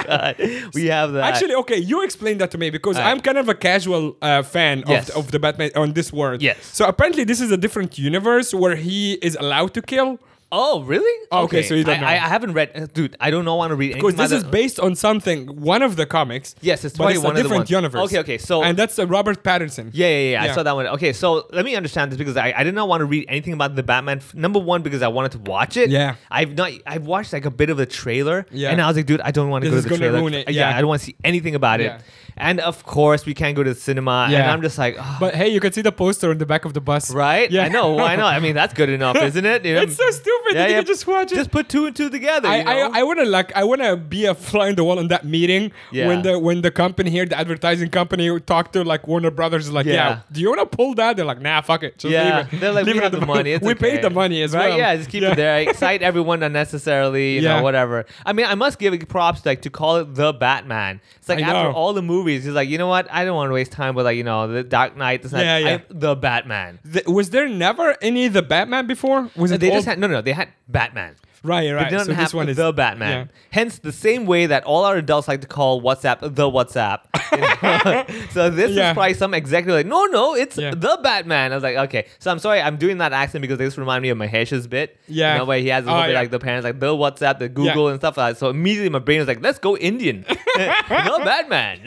S4: God. We have that.
S3: Actually, okay, you explain that to me because
S4: Alright.
S3: I'm kind of a casual uh, fan
S4: Yes.
S3: of, the, of the Batman on this world.
S4: Yes.
S3: So apparently, this is a different universe where he is allowed to kill.
S4: oh, really?
S3: Oh, okay, so you don't
S4: I,
S3: know.
S4: I, I haven't read, uh, dude. I don't know. Want to read anything
S3: Because this
S4: about
S3: is
S4: that.
S3: based on something, one of the comics.
S4: Yes, it's
S3: but
S4: probably
S3: it's
S4: one
S3: a
S4: of the
S3: different
S4: ones.
S3: universe.
S4: Okay, okay, so-
S3: and that's uh, Robert Pattinson.
S4: Yeah, yeah, yeah,
S3: Yeah.
S4: I saw that one. Okay, so let me understand this because I, I did not want to read anything about the Batman. F- Number one, because I wanted to watch it.
S3: Yeah.
S4: I've not. I've watched like a bit of the trailer.
S3: Yeah.
S4: And I was like, dude, I don't want to go
S3: This is
S4: to the
S3: gonna
S4: trailer.
S3: ruin it, yeah.
S4: I don't want to see anything about
S3: Yeah.
S4: it. And of course, we can't go to the cinema. And
S3: Yeah.
S4: I'm just like, "Ah,
S3: But hey, you can see the poster on the back of the bus.
S4: right?
S3: Yeah.
S4: I know. Why not? I mean, that's good enough, isn't it? You know,
S3: It's so stupid.
S4: Yeah,
S3: you
S4: yeah.
S3: can just watch it.
S4: Just put two and two together.
S3: I,
S4: you know?
S3: I, I wanna like I wanna be a fly on the wall in that meeting
S4: Yeah.
S3: when the when the company here the advertising company would talk to like Warner Brothers is like yeah.
S4: Yeah.
S3: do you wanna pull that they're like nah fuck it just
S4: yeah,
S3: leave it.
S4: they're like
S3: leave
S4: we
S3: it
S4: have
S3: at
S4: the
S3: bottom.
S4: money. It's
S3: we
S4: okay.
S3: paid the money as
S4: right?
S3: well
S4: Yeah, just keep it there. Excite everyone unnecessarily. You
S3: Yeah.
S4: know, whatever. I mean, I must give props like to call it the Batman. It's like
S3: I
S4: after
S3: know.
S4: all the movies, he's like, you know what? I don't want to waste time with like you know the Dark Knight. This yeah,
S3: Yeah, yeah.
S4: the Batman.
S3: Th- was there never any the Batman before was it
S4: They
S3: all-
S4: just had no, no. They had Batman.
S3: right
S4: They
S3: right
S4: didn't
S3: so
S4: have
S3: this one is
S4: the Batman.
S3: yeah.
S4: Hence, the same way that all our adults like to call WhatsApp the WhatsApp. You know? so this
S3: Yeah.
S4: is probably some executive like, no, no, it's
S3: Yeah.
S4: the Batman. I was like, okay. So I'm sorry, I'm doing that accent because this reminded me of Mahesh's bit.
S3: Yeah.
S4: you know, where he has a
S3: Oh,
S4: little bit
S3: yeah.
S4: like the parents like the WhatsApp, the Google,
S3: Yeah.
S4: and stuff like that. So immediately my brain was like, let's go Indian, the Batman.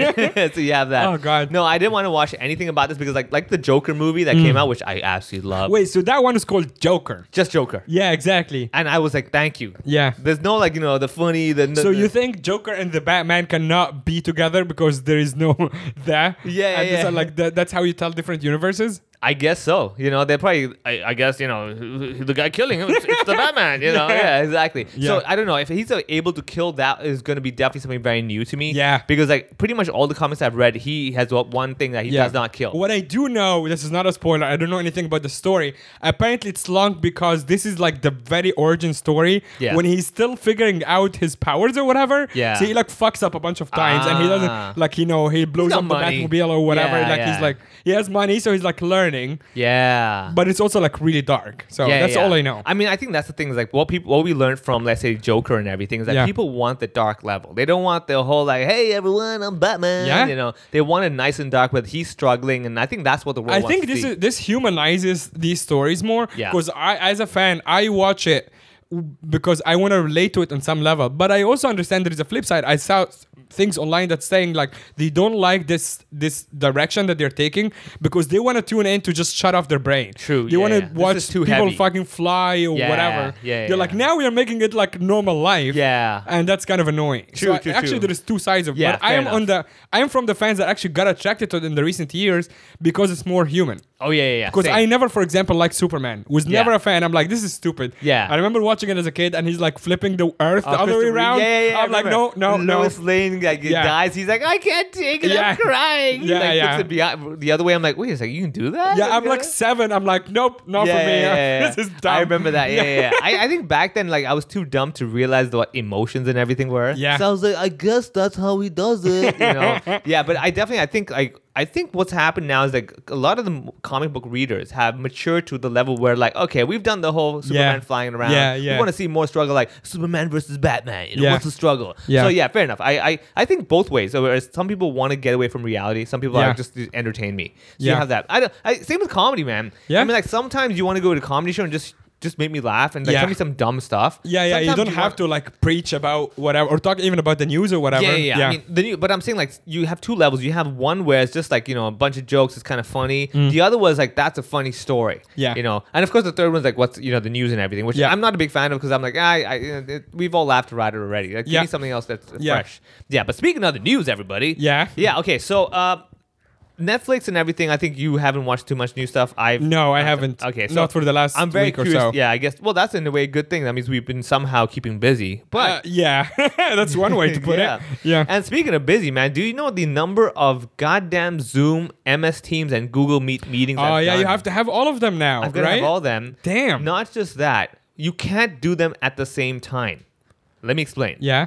S4: so you have that.
S3: Oh, God.
S4: No, I didn't want to watch anything about this because like like the Joker movie that came out, which I absolutely love.
S3: Mm. wait so that one is called Joker
S4: just Joker.
S3: yeah exactly
S4: And I was like, thank you.
S3: yeah
S4: There's no like you know the funny the, the
S3: so you
S4: the-
S3: think Joker and the Batman cannot be together because there is no there
S4: Yeah,
S3: and
S4: yeah,
S3: these
S4: yeah.
S3: are like that, that's how you tell different universes
S4: I guess so. You know, they probably. I, I guess you know the guy killing him. It's, it's the Batman. You know. yeah, exactly.
S3: Yeah.
S4: So I don't know if he's uh, able to kill. That is going to be definitely something very new to me.
S3: Yeah.
S4: Because like pretty much all the comics I've read, he has what one thing that he does not kill.
S3: What I do know, this is not a spoiler. I don't know anything about the story. Apparently, it's long because this is like the very origin story
S4: Yeah.
S3: when he's still figuring out his powers or whatever.
S4: Yeah.
S3: So he like fucks up a bunch of times, and he
S4: Ah.
S3: doesn't like you know he blows
S4: got
S3: up
S4: money.
S3: the Batmobile or whatever.
S4: Yeah,
S3: like
S4: yeah.
S3: he's like he has money, so he's like learning.
S4: Yeah.
S3: But it's also like really dark. So
S4: Yeah,
S3: that's
S4: yeah.
S3: all I know.
S4: I mean, I think that's the thing. Is like what people, what we learned from, let's say, Joker and everything, is that
S3: Yeah.
S4: people want the dark level. They don't want the whole like, "Hey, everyone, I'm Batman."
S3: Yeah.
S4: You know, they want it nice and dark, but he's struggling, and I think that's what the world.
S3: I
S4: wants
S3: think
S4: to
S3: this
S4: see.
S3: is this humanizes these stories more.
S4: Yeah.
S3: Because I, as a fan, I watch it w- because I want to relate to it on some level. But I also understand there is a flip side. I saw s- things online that's saying like they don't like this this direction that they're taking because they want to tune in to just shut off their brain.
S4: True,
S3: They
S4: yeah,
S3: want
S4: yeah.
S3: to
S4: This
S3: watch
S4: is too
S3: people
S4: heavy.
S3: fucking fly or
S4: Yeah,
S3: whatever.
S4: yeah,
S3: They're like
S4: yeah.
S3: now we are making it like normal life.
S4: Yeah.
S3: And that's kind of annoying.
S4: True,
S3: So
S4: true,
S3: actually
S4: true.
S3: there is two sides of
S4: Yeah,
S3: but I
S4: fair
S3: am on
S4: enough.
S3: the I am from the fans that actually got attracted to it in the recent years because it's more human.
S4: Oh yeah, yeah. yeah.
S3: Because
S4: Same.
S3: I never, for example, liked Superman. Was
S4: Yeah.
S3: never a fan. I'm like, this is stupid.
S4: Yeah.
S3: I remember watching it as a kid, and he's like flipping the Earth the
S4: Oh,
S3: other way
S4: Christopher Reeve.
S3: around.
S4: Yeah, yeah, yeah, I
S3: I'm like, no,
S4: remember.
S3: no, no.
S4: Lois Lane like,
S3: Yeah.
S4: dies. He's like, I can't take it.
S3: Yeah.
S4: I'm crying. He,
S3: Yeah,
S4: like,
S3: yeah.
S4: puts it behind, the other way, I'm like, wait a second, you can do that?
S3: Yeah, I'm
S4: You
S3: like
S4: know?
S3: seven. I'm like, nope, not for me. this is dumb.
S4: I remember that. Yeah, yeah. yeah. I, I think back then, like, I was too dumb to realize what emotions and everything were.
S3: Yeah.
S4: So I was like, I guess that's how he does it. You know. yeah, but I definitely, I think, like, I think what's happened now is like a lot of the m- comic book readers have matured to the level where, like, okay, we've done the whole Superman flying around.
S3: Yeah, yeah.
S4: We want to see more struggle, like Superman versus Batman. You know,
S3: Yeah.
S4: What's the struggle?
S3: Yeah.
S4: So yeah, fair enough. I, I, I think both ways. So whereas some people want to get away from reality, some people
S3: Yeah.
S4: are like, just entertain me. So
S3: Yeah.
S4: you have that. I don't. I, same with comedy, man.
S3: Yeah.
S4: I mean, like sometimes you want to go to a comedy show and just just make me laugh and like
S3: Yeah.
S4: tell me some dumb stuff.
S3: yeah, yeah. You
S4: Sometimes
S3: don't have
S4: want-
S3: to like preach about whatever or talk even about the news or whatever.
S4: Yeah, yeah, yeah. I mean, the new, but I'm saying like you have two levels. You have one where it's just like you know a bunch of jokes. It's kind of funny. The other was like that's a funny story.
S3: Mm. Yeah.
S4: you know. And of course, the third one's like what's you know the news and everything, which
S3: Yeah.
S4: I'm not a big fan of because I'm like ah, I, I we've all laughed about it already. Like,
S3: Yeah.
S4: give me something else that's
S3: Yeah.
S4: fresh. Yeah. But speaking of the news, everybody.
S3: Yeah.
S4: Yeah. Okay. So. uh Netflix and everything. I think you haven't watched too much new stuff. I've
S3: No, I haven't.
S4: Okay, so
S3: Not for the last
S4: I'm very
S3: week or
S4: curious.
S3: so.
S4: Yeah, I guess. Well, that's in a way a good thing. That means we've been somehow keeping busy. But
S3: Uh, yeah, that's one way to put
S4: yeah.
S3: it. Yeah.
S4: And speaking of busy, man, do you know the number of goddamn Zoom, MS Teams, and Google Meet meetings?
S3: oh yeah, you have to have all of them now,
S4: I've got to
S3: right?
S4: have all them.
S3: Damn.
S4: Not just that, you can't do them at the same time. Let me explain.
S3: yeah.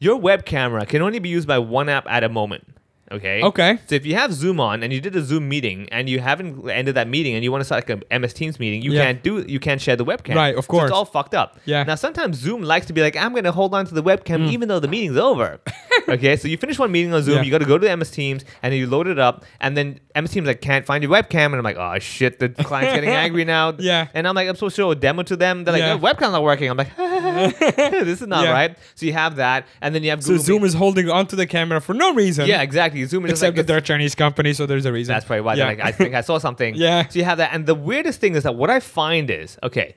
S4: Your web camera can only be used by one app at a moment. Okay.
S3: Okay.
S4: So if you have Zoom on and you did a Zoom meeting and you haven't ended that meeting and you want to start like a MS Teams meeting, you
S3: Yeah.
S4: can't do you can't share the webcam.
S3: Right, of
S4: So
S3: course.
S4: it's all fucked up.
S3: Yeah. Mm.
S4: Now sometimes Zoom likes to be like, I'm gonna hold on to the webcam even though the meeting's over. okay. So you finish one meeting on Zoom,
S3: Yeah.
S4: you got to go to the MS Teams and then you load it up and then MS Teams like can't find your webcam and I'm like, oh shit, the client's getting angry now.
S3: Yeah.
S4: And I'm like, I'm supposed to show a demo to them. They're like,
S3: Yeah.
S4: the webcam's not working. I'm like, this is not
S3: Yeah.
S4: right. So you have that, and then you have
S3: So
S4: Google
S3: Zoom
S4: Meet.
S3: is holding onto the camera for no reason.
S4: Yeah, exactly. Zoom is just
S3: Except
S4: like,
S3: that they're a Chinese company, so there's a reason.
S4: that's probably why
S3: Yeah.
S4: they're like, I think I saw something.
S3: Yeah.
S4: So you have that. And the weirdest thing is that what I find is, okay,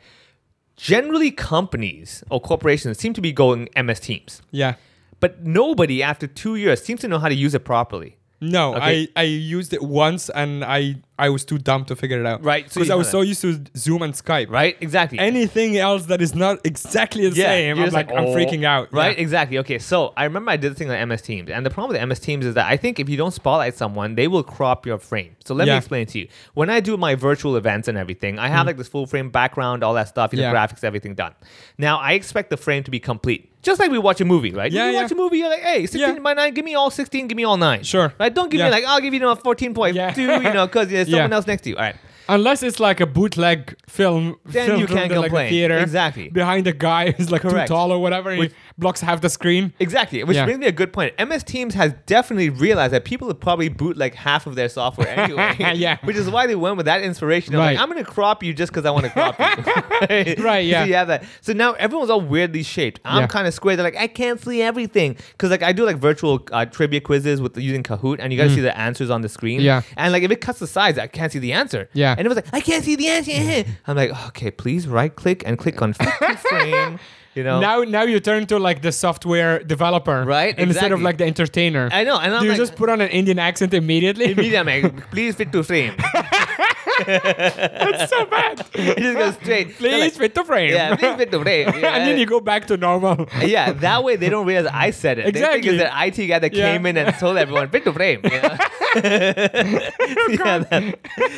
S4: generally companies or corporations seem to be going MS Teams,
S3: yeah.
S4: but nobody
S3: Mm.
S4: after two years seems to know how to use it properly.
S3: No,
S4: Okay.
S3: I, I used it once and I I was too dumb to figure it out.
S4: Right, so
S3: Because
S4: you
S3: I was
S4: kinda-
S3: so used to Zoom and Skype.
S4: right? Exactly.
S3: Anything else that is not exactly the same,
S4: you're
S3: I'm
S4: just
S3: like, I'm
S4: "Oh."
S3: freaking out.
S4: Right?
S3: Yeah.
S4: Exactly. Okay. So I remember I did this thing on MS Teams, and the problem with MS Teams is that I think if you don't spotlight someone, they will crop your frame. So let me
S3: Yeah. Mm-hmm.
S4: explain to you. When I do my virtual events and everything, I have like this full frame background, all that stuff, you know,
S3: Yeah.
S4: graphics, everything done. Now I expect the frame to be complete. Just like we watch a movie, right?
S3: Yeah,
S4: When you
S3: yeah.
S4: watch a movie, you're like, hey, 16
S3: Yeah.
S4: by 9, give me all 16, give me all 9.
S3: Sure.
S4: Right? Don't give
S3: Yeah.
S4: me like, I'll give you, you know, 14.2,
S3: Yeah.
S4: you know, because there's
S3: Yeah.
S4: someone else next to you. All right.
S3: Unless it's like a bootleg film,
S4: Then
S3: film
S4: you
S3: from
S4: can't
S3: the, Like
S4: complain.
S3: a theater,
S4: Exactly.
S3: Behind a guy who's like
S4: Correct.
S3: too tall or whatever,
S4: Which-
S3: he blocks half the screen.
S4: Exactly, which
S3: Yeah.
S4: brings me a good point. MS Teams has definitely realized that people would probably boot like half of their software anyway.
S3: Yeah.
S4: Which is why they went with that inspiration. Of
S3: Right.
S4: like, I'm going to crop you just because I want to crop you.
S3: Right, yeah.
S4: So you have that. So now everyone's all weirdly shaped. I'm
S3: Yeah.
S4: kind of square. They're like, I can't see everything. Because like I do like virtual uh, trivia quizzes with using Kahoot and you got to see the answers on the screen.
S3: Mm. Yeah.
S4: And like if it cuts the size, I can't see the answer.
S3: Yeah.
S4: And it was like, I can't see the answer. I'm like, okay, please right click and click on frame. You know?
S3: Now, now you turn to like the software developer,
S4: Right,
S3: Instead of
S4: exactly.
S3: like the entertainer.
S4: I know, and I'm
S3: Do you
S4: like-
S3: just put on an Indian accent immediately?
S4: Immediately, I'm like, please fit to frame.
S3: so bad.
S4: it just goes straight. They're
S3: Please
S4: like,
S3: fit the frame.
S4: Yeah, please fit to frame. Yeah.
S3: and then you go back to normal.
S4: Yeah, that way they don't realize I said it. They
S3: Exactly.
S4: think it's that IT guy that
S3: Yeah.
S4: came in and told everyone fit to frame. Yeah. Yeah, that-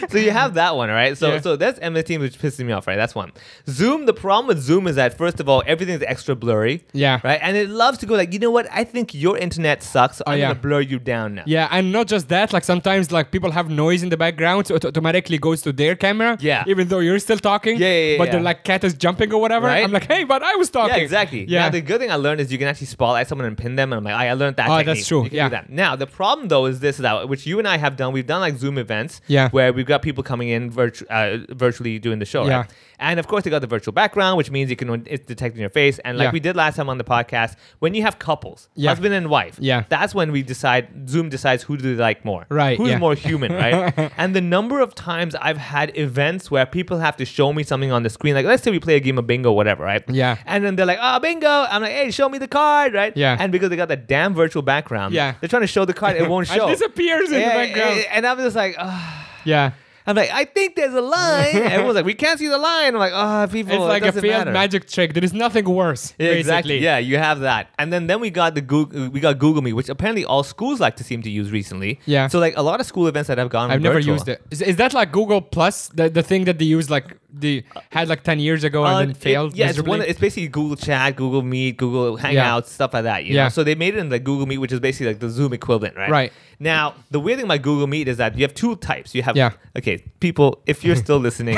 S4: so you have that one, right? So
S3: Yeah.
S4: so that's MS Teams, which pisses me off, right? That's one. Zoom. The problem with Zoom is that first of all, everything's extra blurry.
S3: Yeah.
S4: Right, and it loves to go like, you know what? I think your internet sucks. I'm
S3: Oh, yeah.
S4: gonna blur you down now.
S3: Yeah, and not just that. Like sometimes, like people have noise in the background, so it automatically goes to their camera.
S4: Yeah.
S3: Even though you're still talking.
S4: Yeah, yeah, yeah,
S3: But
S4: yeah.
S3: they're like cat is jumping or whatever.
S4: Right?
S3: I'm like, hey, but I was talking.
S4: Yeah, exactly. Yeah.
S3: Yeah.
S4: Now, the good thing I learned is you can actually spotlight someone and pin them, and I'm like, "Ah, I learned that.
S3: Oh,
S4: technique."
S3: that's true.
S4: You can
S3: Yeah.
S4: do that. Now, the problem though is this that which you and I have done. We've done like Zoom events,
S3: Yeah.
S4: where we've got people coming in virtu- uh, virtually doing the show,
S3: Yeah.
S4: right? And of course, they got the virtual background, which means you can it's detecting your face. And like
S3: Yeah.
S4: we did last time on the podcast, when you have couples,
S3: Yeah.
S4: husband and wife,
S3: Yeah.
S4: that's when we decide Zoom decides who do they like more,
S3: Right,
S4: Who's
S3: yeah.
S4: more human, right? and the number of times I've had events where people have to show me something on the screen, like let's say we play a game of bingo, whatever, right?
S3: Yeah.
S4: And then they're like, oh, bingo. I'm like, hey, show me the card, right?
S3: Yeah.
S4: And because they got that damn virtual background,
S3: Yeah.
S4: they're trying to show the card, it won't
S3: And
S4: show.
S3: disappears in the
S4: Yeah,
S3: background.
S4: yeah, And I'm just like, ah.
S3: Yeah.
S4: I'm like, I think there's a line. Everyone's like, we can't see the line. I'm like, ah, people,
S3: It's
S4: it
S3: like a
S4: doesn't
S3: failed
S4: matter."
S3: magic trick. There is nothing worse.
S4: Yeah,
S3: basically.
S4: exactly. Yeah, you have that, and then then we got the Google, we got Google Meet, which apparently all schools like to seem to use recently.
S3: Yeah.
S4: So like a lot of school events that I've gone,
S3: I've never
S4: virtual.
S3: used it. Is, is that like Google Plus, the, the thing that they used like the had like ten years ago
S4: Uh,
S3: and then
S4: it-
S3: failed?
S4: yeah, it's, one,
S3: miserably?
S4: it's basically Google Chat, Google Meet, Google Hangouts, stuff like that. You yeah.
S3: Yeah.
S4: Know? So they made it in the Google Meet, which is basically like the Zoom equivalent, right?
S3: Right.
S4: Now, the weird thing about Google Meet is that you have two types. You have,
S3: Yeah.
S4: okay, people, if you're still listening.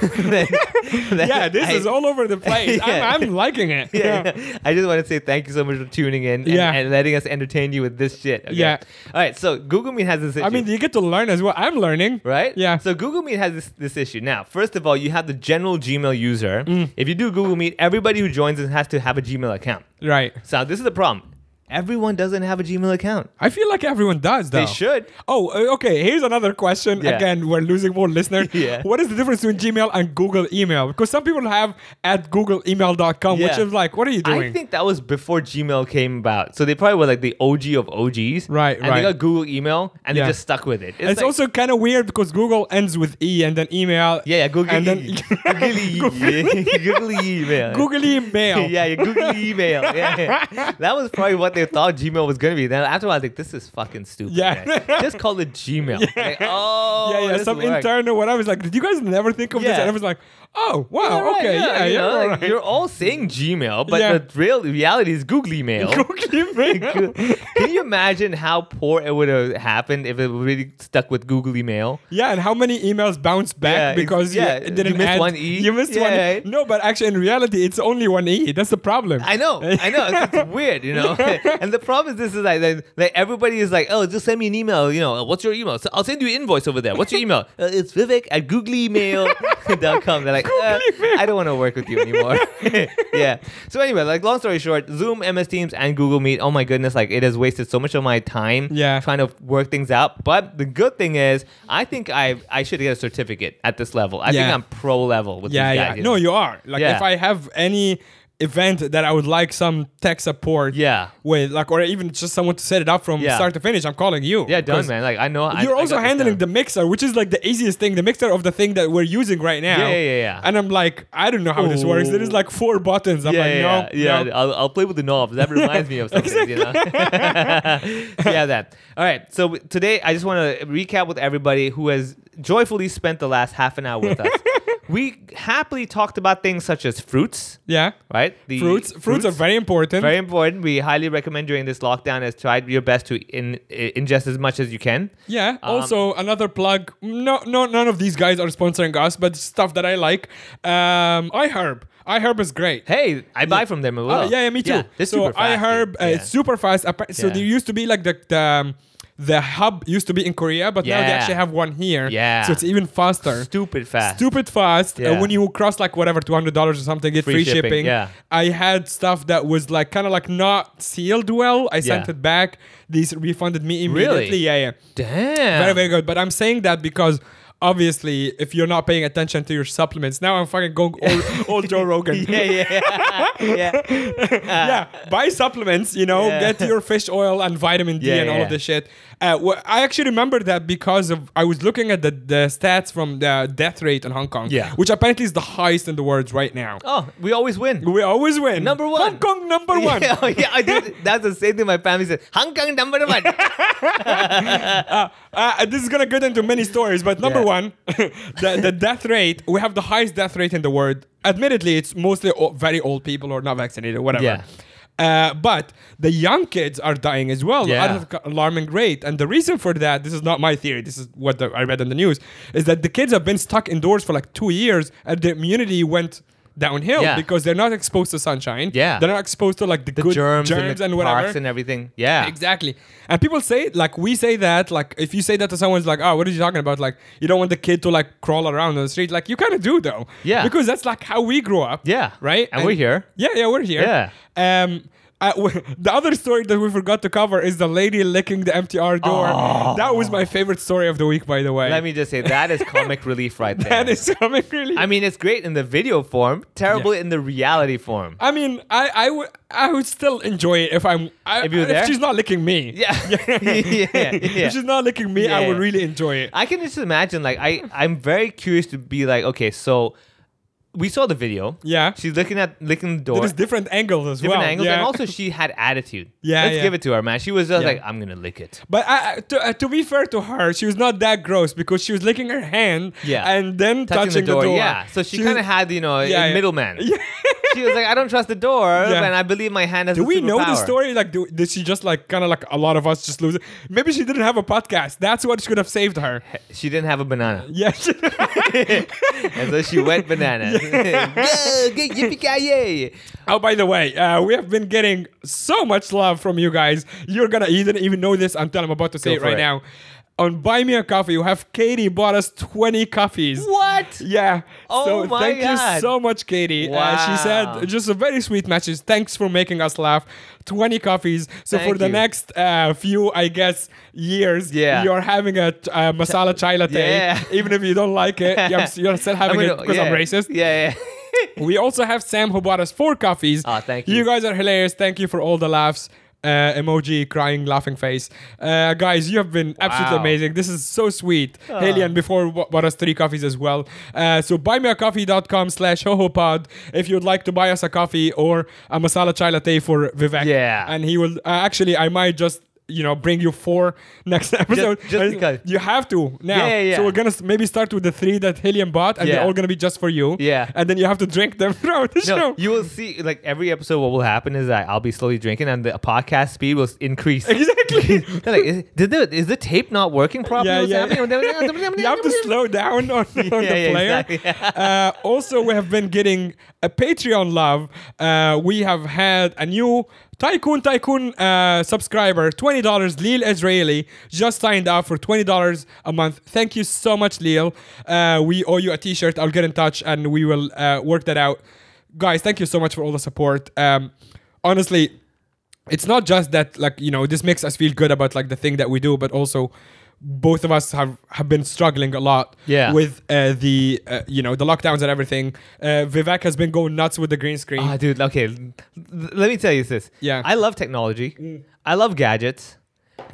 S4: then- then
S3: yeah, this
S4: I-
S3: is all over the place.
S4: Yeah.
S3: I'm, I'm liking it.
S4: yeah, yeah. I just want to say thank you so much for tuning in and,
S3: Yeah.
S4: and letting us entertain you with this shit. okay?
S3: Yeah.
S4: All right. So Google Meet has this issue.
S3: I mean, you get to learn as well. I'm learning.
S4: right?
S3: Yeah.
S4: So Google Meet has this, this issue. Now, first of all, you have the general Gmail user.
S3: Mm.
S4: If you do Google Meet, everybody who joins in has to have a Gmail account.
S3: right.
S4: So this is the problem. Everyone doesn't have a Gmail account.
S3: I feel like everyone does, though.
S4: They should.
S3: Oh, uh, okay. Here's another question.
S4: Yeah.
S3: Again, we're losing more listeners.
S4: Yeah.
S3: What is the difference between Gmail and Google email? Because some people have at googleemail.com, which
S4: Yeah.
S3: is like, what are you doing?
S4: I think that was before Gmail came about. So they probably were like the OG of OGs.
S3: Right,
S4: And
S3: right.
S4: they got Google email and
S3: Yeah.
S4: they just stuck with it.
S3: it's
S4: like-
S3: also kind of weird because Google ends with E and then email.
S4: Yeah, yeah, Google
S3: And then
S4: e- Google e- Google E, email.
S3: Google email.
S4: yeah, your Google email. Yeah, yeah. that was probably what they thought Gmail was gonna be. Then after a while, I was like, this is fucking stupid.
S3: Yeah.
S4: man. just call it Gmail. Like, oh,
S3: Yeah, yeah.
S4: this
S3: Some
S4: works.
S3: intern or whatever is like, did you guys never think of this?
S4: Yeah.
S3: And I was like, oh, wow,
S4: Yeah, right,
S3: okay, yeah, yeah,
S4: you know,
S3: you're
S4: like,
S3: right.
S4: you're all saying Gmail, but
S3: Yeah.
S4: the real reality is Google email.
S3: Google email.
S4: Can you imagine how poor it would have happened if it really stuck with Google email?
S3: Yeah, and how many emails bounce
S4: Yeah,
S3: back
S4: it's-
S3: because you-
S4: yeah,
S3: it didn't
S4: you missed
S3: add-
S4: one E.
S3: You missed
S4: Yeah,
S3: one. E.
S4: right.
S3: No, but actually, in reality, it's only one E. That's the problem.
S4: I know, I know. It's, it's weird, you know. and the problem is this is like, like, like everybody is like, oh, just send me an email. You know, what's your email? So I'll send you an invoice over there. What's your email? uh, it's Vivek at googlymail.com. They're like, uh, I don't want to work with you anymore. yeah. So anyway, like long story short, Zoom, MS Teams, and Google Meet. Oh my goodness, like it has wasted so much of my time.
S3: Yeah.
S4: Trying to work things out. But the good thing is, I think I I should get a certificate at this level. I
S3: Yeah.
S4: think I'm pro level with
S3: yeah,
S4: these guys.
S3: yeah.
S4: you
S3: No,
S4: know?
S3: you are. Like,
S4: Yeah.
S3: if I have any event that I would like some tech support.
S4: Yeah.
S3: With like, or even just someone to set it up from
S4: Yeah.
S3: start to finish. I'm calling you.
S4: Yeah, done,
S3: 'Cause
S4: man. Like I know I-
S3: You're
S4: I
S3: also
S4: got this
S3: handling the
S4: down.
S3: mixer, which is like the easiest thing, the mixer of the thing that we're using right now.
S4: Yeah, yeah, yeah, yeah.
S3: And I'm like, I don't know how this works. There is
S4: Ooh.
S3: like four buttons. I'm
S4: yeah,
S3: like,
S4: yeah,
S3: no,
S4: yeah.
S3: no.
S4: yeah. I'll, I'll play with the knobs. That reminds me of something. You know? yeah, that. All right. So w- today, I just want to recap with everybody who has joyfully spent the last half an hour with us. we happily talked about things such as fruits,
S3: Yeah.
S4: right? The
S3: Fruits, fruits, are very important.
S4: very important. We highly recommend during this lockdown is try your best to in, i- ingest as much as you can.
S3: Yeah.
S4: Um,
S3: also, another plug. No, no, none of these guys are sponsoring us, but stuff that I like. Um, iHerb. iHerb is great.
S4: Hey, I buy from them as well.
S3: Oh, yeah, yeah, me too.
S4: they're
S3: so
S4: super fast,
S3: iHerb,
S4: dude.
S3: uh,
S4: Yeah.
S3: it's super fast. Appa- So
S4: Yeah.
S3: there used to be like the the, um, the hub used to be in Korea, but now they
S4: Yeah.
S3: actually have one here.
S4: Yeah.
S3: So it's even faster.
S4: stupid fast.
S3: Stupid fast. Uh,
S4: Yeah.
S3: when you cross like whatever two hundred dollars or something, get free,
S4: Free
S3: shipping.
S4: shipping, yeah.
S3: I had stuff that was like kind of like not sealed well. I sent
S4: Yeah.
S3: it back. These refunded me
S4: Really?
S3: immediately. Yeah, yeah.
S4: Damn.
S3: Very, very good. But I'm saying that because obviously, if you're not paying attention to your supplements, now I'm fucking going old, old Joe Rogan.
S4: Yeah, yeah, yeah.
S3: yeah, buy supplements, you know,
S4: Yeah.
S3: get your fish oil and vitamin D
S4: Yeah,
S3: and all
S4: yeah.
S3: of this shit. Uh, wh- I actually remember that because of I was looking at the, the stats from the death rate in Hong Kong,
S4: Yeah.
S3: which apparently is the highest in the world right now.
S4: Oh, we always win.
S3: We always win.
S4: Number one.
S3: Hong Kong number one.
S4: Yeah, oh, yeah, I did. That's the same thing my family said. Hong Kong number one.
S3: Uh, this is gonna get into many stories, but number
S4: Yeah.
S3: one, the, the death rate. We have the highest death rate in the world. Admittedly, it's mostly o- very old people or not vaccinated, whatever.
S4: Yeah.
S3: Uh, but the young kids are dying as well
S4: Yeah.
S3: at an ac- alarming rate, and the reason for that, this is not my theory. This is what the, I read on the news, is that the kids have been stuck indoors for like two years, and their immunity went downhill
S4: Yeah.
S3: because they're not exposed to sunshine.
S4: Yeah.
S3: they're not exposed to like the, good germs, and,
S4: the
S3: whatever.
S4: parks and everything. Yeah.
S3: Exactly. And people say like we say that like if you say that to someone's like oh what are you talking about like you don't want the kid to like crawl around on the street like you kind of do though
S4: Yeah.
S3: because that's like how we grew up
S4: Yeah.
S3: right
S4: And we're here.
S3: yeah yeah we're here
S4: Yeah.
S3: um. I- w- the other story that we forgot to cover is the lady licking the MTR door. That was my favorite story of the week, by the way.
S4: Oh. Let me just say that is comic relief right there.
S3: That is comic really.
S4: I mean, it's great in the video form, terrible in the reality form.
S3: I mean, I, I would I would still enjoy it if I'm I,
S4: If you were there?
S3: she's not licking me.
S4: Yeah. yeah. yeah.
S3: If she's not licking me, I
S4: Yeah,
S3: would
S4: yeah.
S3: really enjoy it.
S4: I can just imagine, like, I, I'm very curious to be like, okay, so we saw the video.
S3: Yeah.
S4: She's looking at licking the door.
S3: There's different angles as
S4: different
S3: well.
S4: angles,
S3: yeah.
S4: and also she had attitude.
S3: Yeah,
S4: let's
S3: yeah.
S4: give it to her, man. She was just
S3: Yeah.
S4: like, "I'm gonna lick it."
S3: but I, I- to, uh, to be fair to her, she was not that gross because she was licking her hand
S4: Yeah.
S3: and then touching, the, door.
S4: Yeah. So she,
S3: was-
S4: kind of had, you know,
S3: Yeah,
S4: a
S3: yeah.
S4: middleman. she was like, I don't trust the door,
S3: Yeah.
S4: and I believe my hand has
S3: Do
S4: a
S3: we know the
S4: superpower."
S3: story? Like, do, did she just like kind of like a lot of us just lose it? Maybe she didn't have a podcast. That's what should have saved her.
S4: She didn't have a banana.
S3: Yeah. she-
S4: And so she went banana. Go, get yippee-ki-yay.
S3: oh, by the way, uh, we have been getting so much love from you guys. You're gonna you didn't even know this until I'm about to say
S4: Go
S3: it
S4: for
S3: right
S4: it.
S3: now. On Buy Me a Coffee, you have Katie bought us 20 coffees.
S4: What?
S3: Yeah.
S4: Oh
S3: so
S4: my
S3: thank you
S4: God.
S3: so much, Katie. Uh, she
S4: Wow.
S3: said just a very sweet message. Thanks for making us laugh. 20 coffees. So
S4: Thank
S3: for the
S4: you.
S3: next uh, few, I guess, years,
S4: Yeah.
S3: you're having a, t- uh masala chai latte.
S4: Yeah.
S3: Even if you don't like it, you're, you're still having it because
S4: yeah.
S3: I'm racist.
S4: Yeah, yeah.
S3: We also have Sam who bought us four coffees.
S4: Ah, thank you.
S3: You guys are hilarious. Thank you for all the laughs. Uh, emoji, crying, laughing face. Uh, guys, you have been absolutely
S4: Wow. Ah.
S3: amazing. This is so sweet. Halian before wa- bought us three coffees as well. Uh, so buymeacoffee.com slash hohopod if you'd like to buy us a coffee or a masala chai latte for Vivek.
S4: Yeah.
S3: And he will, uh, actually, I might just, you know, bring you four next episode. Uh,
S4: just because.
S3: You have to now.
S4: Yeah, yeah, yeah.
S3: So we're going to maybe start with the three that Helium bought and they're
S4: Yeah.
S3: all going to be just for you
S4: Yeah.
S3: and then you have to drink them throughout the
S4: No,
S3: show.
S4: you will see. Like every episode, what will happen is that I'll be slowly drinking, and the podcast speed will s- increase.
S3: Exactly.
S4: They're like, is, did the is the tape not working properly?
S3: Yeah,
S4: What's
S3: yeah.
S4: happening?
S3: you have to slow down on, on the
S4: yeah,
S3: player.
S4: exactly.
S3: uh, also, we have been getting a Patreon love. Uh, we have had a new Tycoon Tycoon uh, subscriber, twenty dollars. Leal Israeli just signed up for twenty dollars a month. Thank you so much, Leal. Uh, we owe you a T-shirt. I'll get in touch and we will uh, work that out, guys. Thank you so much for all the support. Um, honestly. it's not just that like you know this makes us feel good about like the thing that we do but also both of us have, have been struggling a lot
S4: Yeah.
S3: with uh, the uh, you know the lockdowns and everything. Uh, Vivek has been going nuts with the green screen.
S4: Ah, dude. Okay, l- let me tell you this.
S3: Yeah. Mm.
S4: I love technology. I love gadgets,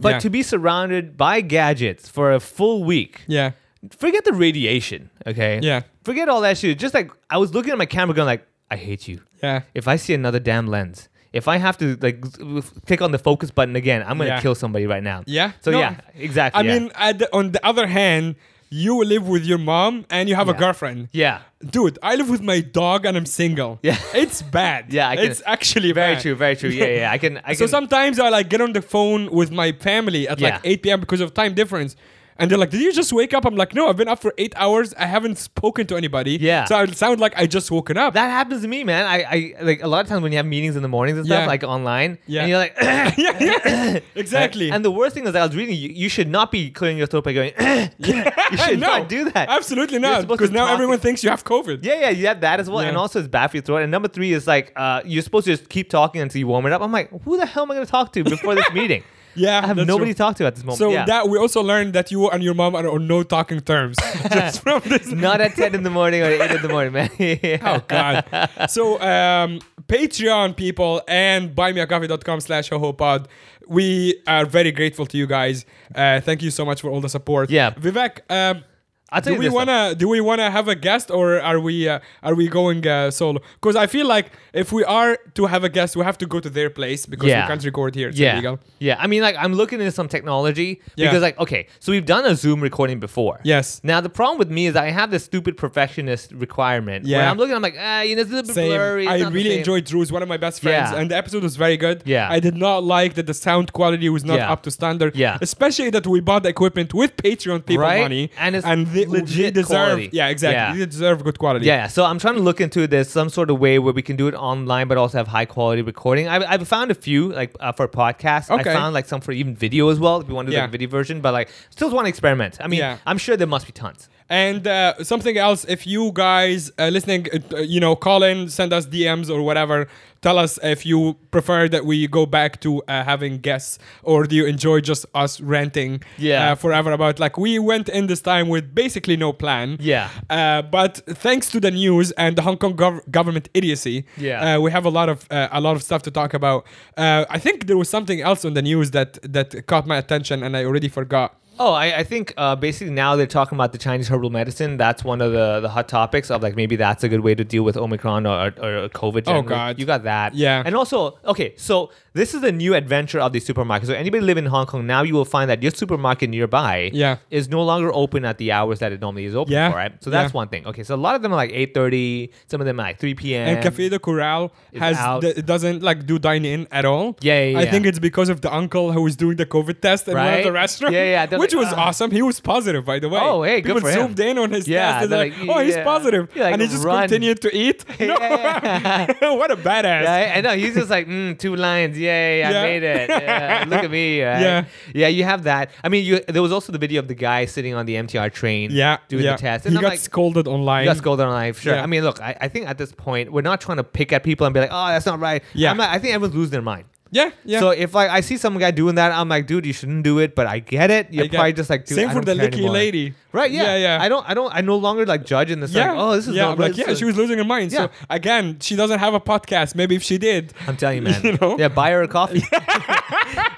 S4: but
S3: Yeah.
S4: to be surrounded by gadgets for a full week,
S3: yeah,
S4: forget the radiation. Okay.
S3: Yeah.
S4: Forget all that shit. Just like I was looking at my camera, going like, I hate you.
S3: yeah,
S4: If I see another damn lens. If I have to like f- click on the focus button again, I'm gonna
S3: Yeah.
S4: kill somebody right now.
S3: yeah.
S4: So
S3: No,
S4: yeah, exactly.
S3: I
S4: yeah.
S3: mean, at the, on the other hand, you live with your mom and you have a
S4: Yeah.
S3: girlfriend.
S4: yeah,
S3: Dude, I live with my dog and I'm single.
S4: Yeah.
S3: it's bad.
S4: Yeah, I can-
S3: it's actually
S4: very
S3: bad.
S4: true, very true. Yeah, yeah. I can. I
S3: So
S4: can,
S3: sometimes I like get on the phone with my family at like
S4: Yeah.
S3: 8 p.m. because of time difference. And they're like, "Did you just wake up?" I'm like, "No, I've been up for eight hours. I haven't spoken to anybody."
S4: Yeah.
S3: So I sound like I just woken up.
S4: That happens to me, man. I, I like a lot of times when you have meetings in the mornings and stuff,
S3: Yeah.
S4: like online.
S3: Yeah.
S4: And you're like,
S3: yeah, yeah. exactly.
S4: And the worst thing is, I was reading you, you should not be clearing your throat by going. you should
S3: no,
S4: not do that.
S3: Absolutely
S4: You're
S3: not.
S4: supposed
S3: Because
S4: to
S3: now
S4: talk-
S3: everyone thinks you have COVID.
S4: Yeah, yeah, you have that as well,
S3: Yeah.
S4: and also it's bad for your throat. And number three is like, uh, you're supposed to just keep talking until you warm it up. I'm like, who the hell am I going to talk to before this meeting?
S3: Yeah,
S4: I have
S3: that's
S4: nobody
S3: true.
S4: to talk to at this moment.
S3: So
S4: yeah.
S3: that we also learned that you and your mom are on no talking terms. just from this.
S4: not at ten in the morning or eight in the morning, man. yeah.
S3: Oh God. so um, Patreon people and buymeacoffee.com slash hohopod. We are very grateful to you guys. Uh, thank you so much for all the support.
S4: Yeah.
S3: Vivek. Um,
S4: I'll tell
S3: do
S4: you
S3: we
S4: this, though.
S3: wanna do we wanna have a guest or are we uh, are we going uh, solo? Because I feel like if we are to have a guest, we have to go to their place because
S4: Yeah.
S3: we can't record here. It's
S4: yeah.
S3: illegal.
S4: Yeah. I mean, like, I'm looking into some technology
S3: Yeah.
S4: because, like, okay, so we've done a Zoom recording before.
S3: Yes.
S4: Now, the problem with me is I have this stupid perfectionist requirement. Yeah. When
S3: Yeah.
S4: I'm looking, I'm like, ah, you know, it's a little bit
S3: Same.
S4: blurry. it's
S3: I
S4: not the
S3: really
S4: same."
S3: enjoyed Drew. He's one of my best friends,
S4: Yeah.
S3: and the episode was very good.
S4: Yeah.
S3: I did not like that the sound quality was not
S4: Yeah.
S3: up to standard.
S4: Yeah.
S3: especially that we bought the equipment with Patreon people
S4: Right?
S3: money,
S4: And it's
S3: they,
S4: legit
S3: they deserve.
S4: quality.
S3: Yeah, exactly.
S4: Yeah.
S3: They deserve good quality.
S4: Yeah, so I'm trying to look into this some sort of way where we can do it online, but also have high quality recording. I've, I've found a few like uh, for podcasts.
S3: Okay.
S4: I found like some for even video as well. If you want to do
S3: Yeah.
S4: like a video version, but like still want to experiment. I mean,
S3: Yeah.
S4: I'm sure there must be tons.
S3: And uh, something else, if you guys uh, listening, uh, you know, call in, send us DMs or whatever. Tell us if you prefer that we go back to uh, having guests, or do you enjoy just us ranting
S4: Yeah.
S3: uh, forever about like we went in this time with basically no plan.
S4: Yeah.
S3: Uh, but thanks to the news and the Hong Kong gov- government idiocy,
S4: Yeah.
S3: uh, we have a lot of uh, a lot of stuff to talk about. Uh, I think there was something else on the news that that caught my attention, and I already forgot.
S4: Oh, I, I think uh, basically now they're talking about the Chinese herbal medicine. That's one of the, the hot topics of like maybe that's a good way to deal with Omicron or, or, or COVID. generally.
S3: Oh, God.
S4: you got that.
S3: Yeah.
S4: And also, okay, so this is a new adventure of the supermarket. So anybody living in Hong Kong now, you will find that your supermarket nearby
S3: Yeah.
S4: is no longer open at the hours that it normally is open
S3: Yeah.
S4: for. Right. So that's
S3: Yeah.
S4: one thing. Okay, so a lot of them are like eight thirty. Some of them are like three p.m.
S3: and Cafe de Corral
S4: is
S3: has
S4: out.
S3: the, it doesn't like do dine in at all.
S4: Yeah, yeah,
S3: I
S4: yeah.
S3: think it's because of the uncle who was doing the COVID test in one of the
S4: Right?
S3: restaurants.
S4: Yeah, yeah, they're
S3: Which
S4: like,
S3: was
S4: "Ugh."
S3: awesome. He was positive, by the way.
S4: Ah. Oh, hey, good
S3: People
S4: for him.
S3: zoomed in on his
S4: Yeah,
S3: test. And
S4: they're
S3: they're like,
S4: like,
S3: oh, he's
S4: yeah.
S3: positive,
S4: You're like,
S3: and he just
S4: "Run."
S3: continued to eat. No. what a badass.
S4: Right? I know. He's just like, mm, two lines. Yay, I
S3: Yeah.
S4: made it. Yeah, look at me. right?
S3: Yeah.
S4: Yeah, you have that. I mean, you, there was also the video of the guy sitting on the MTR train
S3: Yeah,
S4: doing
S3: yeah.
S4: the test.
S3: He
S4: I'm
S3: got
S4: like,
S3: scolded online.
S4: you got scolded on life. Sure.
S3: Yeah.
S4: I mean, look, I, I think at this point, we're not trying to pick at people and be like, oh, that's not right.
S3: Yeah.
S4: I'm like, I think everyone's losing their mind.
S3: yeah, yeah.
S4: So if like I see some guy doing that, I'm like, dude, you shouldn't do it. But I get it. You're
S3: I get-
S4: probably just like, dude,
S3: same
S4: I
S3: for
S4: don't
S3: the
S4: care
S3: licky
S4: anymore.
S3: lady.
S4: Right? Yeah.
S3: yeah, yeah.
S4: I don't. I don't. I no longer like judge in this. Yeah. Like, oh, this is
S3: yeah.
S4: not
S3: I'm
S4: right.
S3: like,
S4: This
S3: yeah,
S4: is-
S3: she was losing her mind. So
S4: Yeah.
S3: again, she doesn't have a podcast. Maybe if she did,
S4: I'm telling you, man.
S3: You know?
S4: Yeah, buy her a coffee.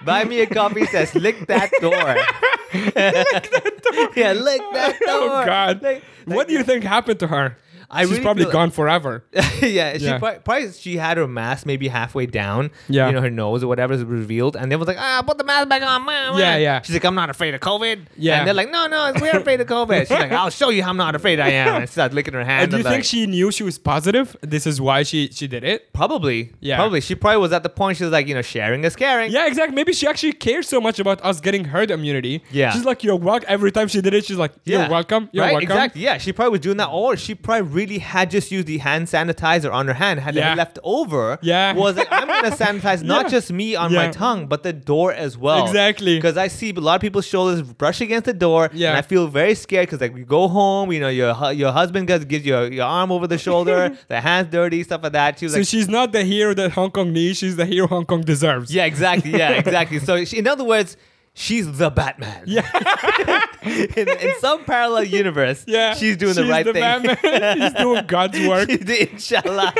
S4: buy me a coffee says, lick that door. yeah, lick that door.
S3: oh god,
S4: Lick-
S3: what do you think happened to her?
S4: I
S3: She's
S4: really
S3: probably
S4: feel like-
S3: gone forever.
S4: yeah, she
S3: Yeah.
S4: pro- probably she had her mask maybe halfway down.
S3: Yeah.
S4: You know, her nose or whatever is revealed. And they was like, ah, put the mask back on. man,
S3: Yeah,
S4: man."
S3: yeah.
S4: She's like, I'm not afraid of COVID.
S3: Yeah.
S4: And they're like, no, no, we're afraid of COVID. She's like, I'll show you how not afraid I am. And she starts licking her hand.
S3: And do you
S4: I'm
S3: think
S4: like,
S3: she knew she was positive? This is why she she did it.
S4: Probably.
S3: Yeah.
S4: Probably. She probably was at the point she was like, you know, sharing is caring.
S3: Yeah, exactly. Maybe she actually cares so much about us getting herd immunity.
S4: Yeah.
S3: she's like, "You're welcome." Every time she did it, she's like, "You're welcome. You're
S4: right?
S3: welcome."
S4: Exactly. Yeah, she probably was doing that, or she probably really had just used the hand sanitizer on her hand, had
S3: Yeah.
S4: it left over.
S3: Yeah.
S4: was like, I'm gonna sanitize not
S3: Yeah.
S4: just me on my
S3: Yeah.
S4: tongue, but the door as well.
S3: Exactly.
S4: Because I see a lot of people's shoulders brush against the door,
S3: Yeah.
S4: and I feel very scared because like we go home, you know, your hu- your husband gives gives your your arm over the shoulder, the hands dirty, stuff like that. She was
S3: So
S4: like.
S3: she's not the hero that Hong Kong needs. She's the hero Hong Kong deserves.
S4: yeah, exactly. Yeah, exactly. So, she, in other words, she's the Batman.
S3: Yeah.
S4: in, in some parallel universe,
S3: Yeah,
S4: she's doing the right thing.
S3: Batman. She's doing God's work.
S4: She did, Inshallah.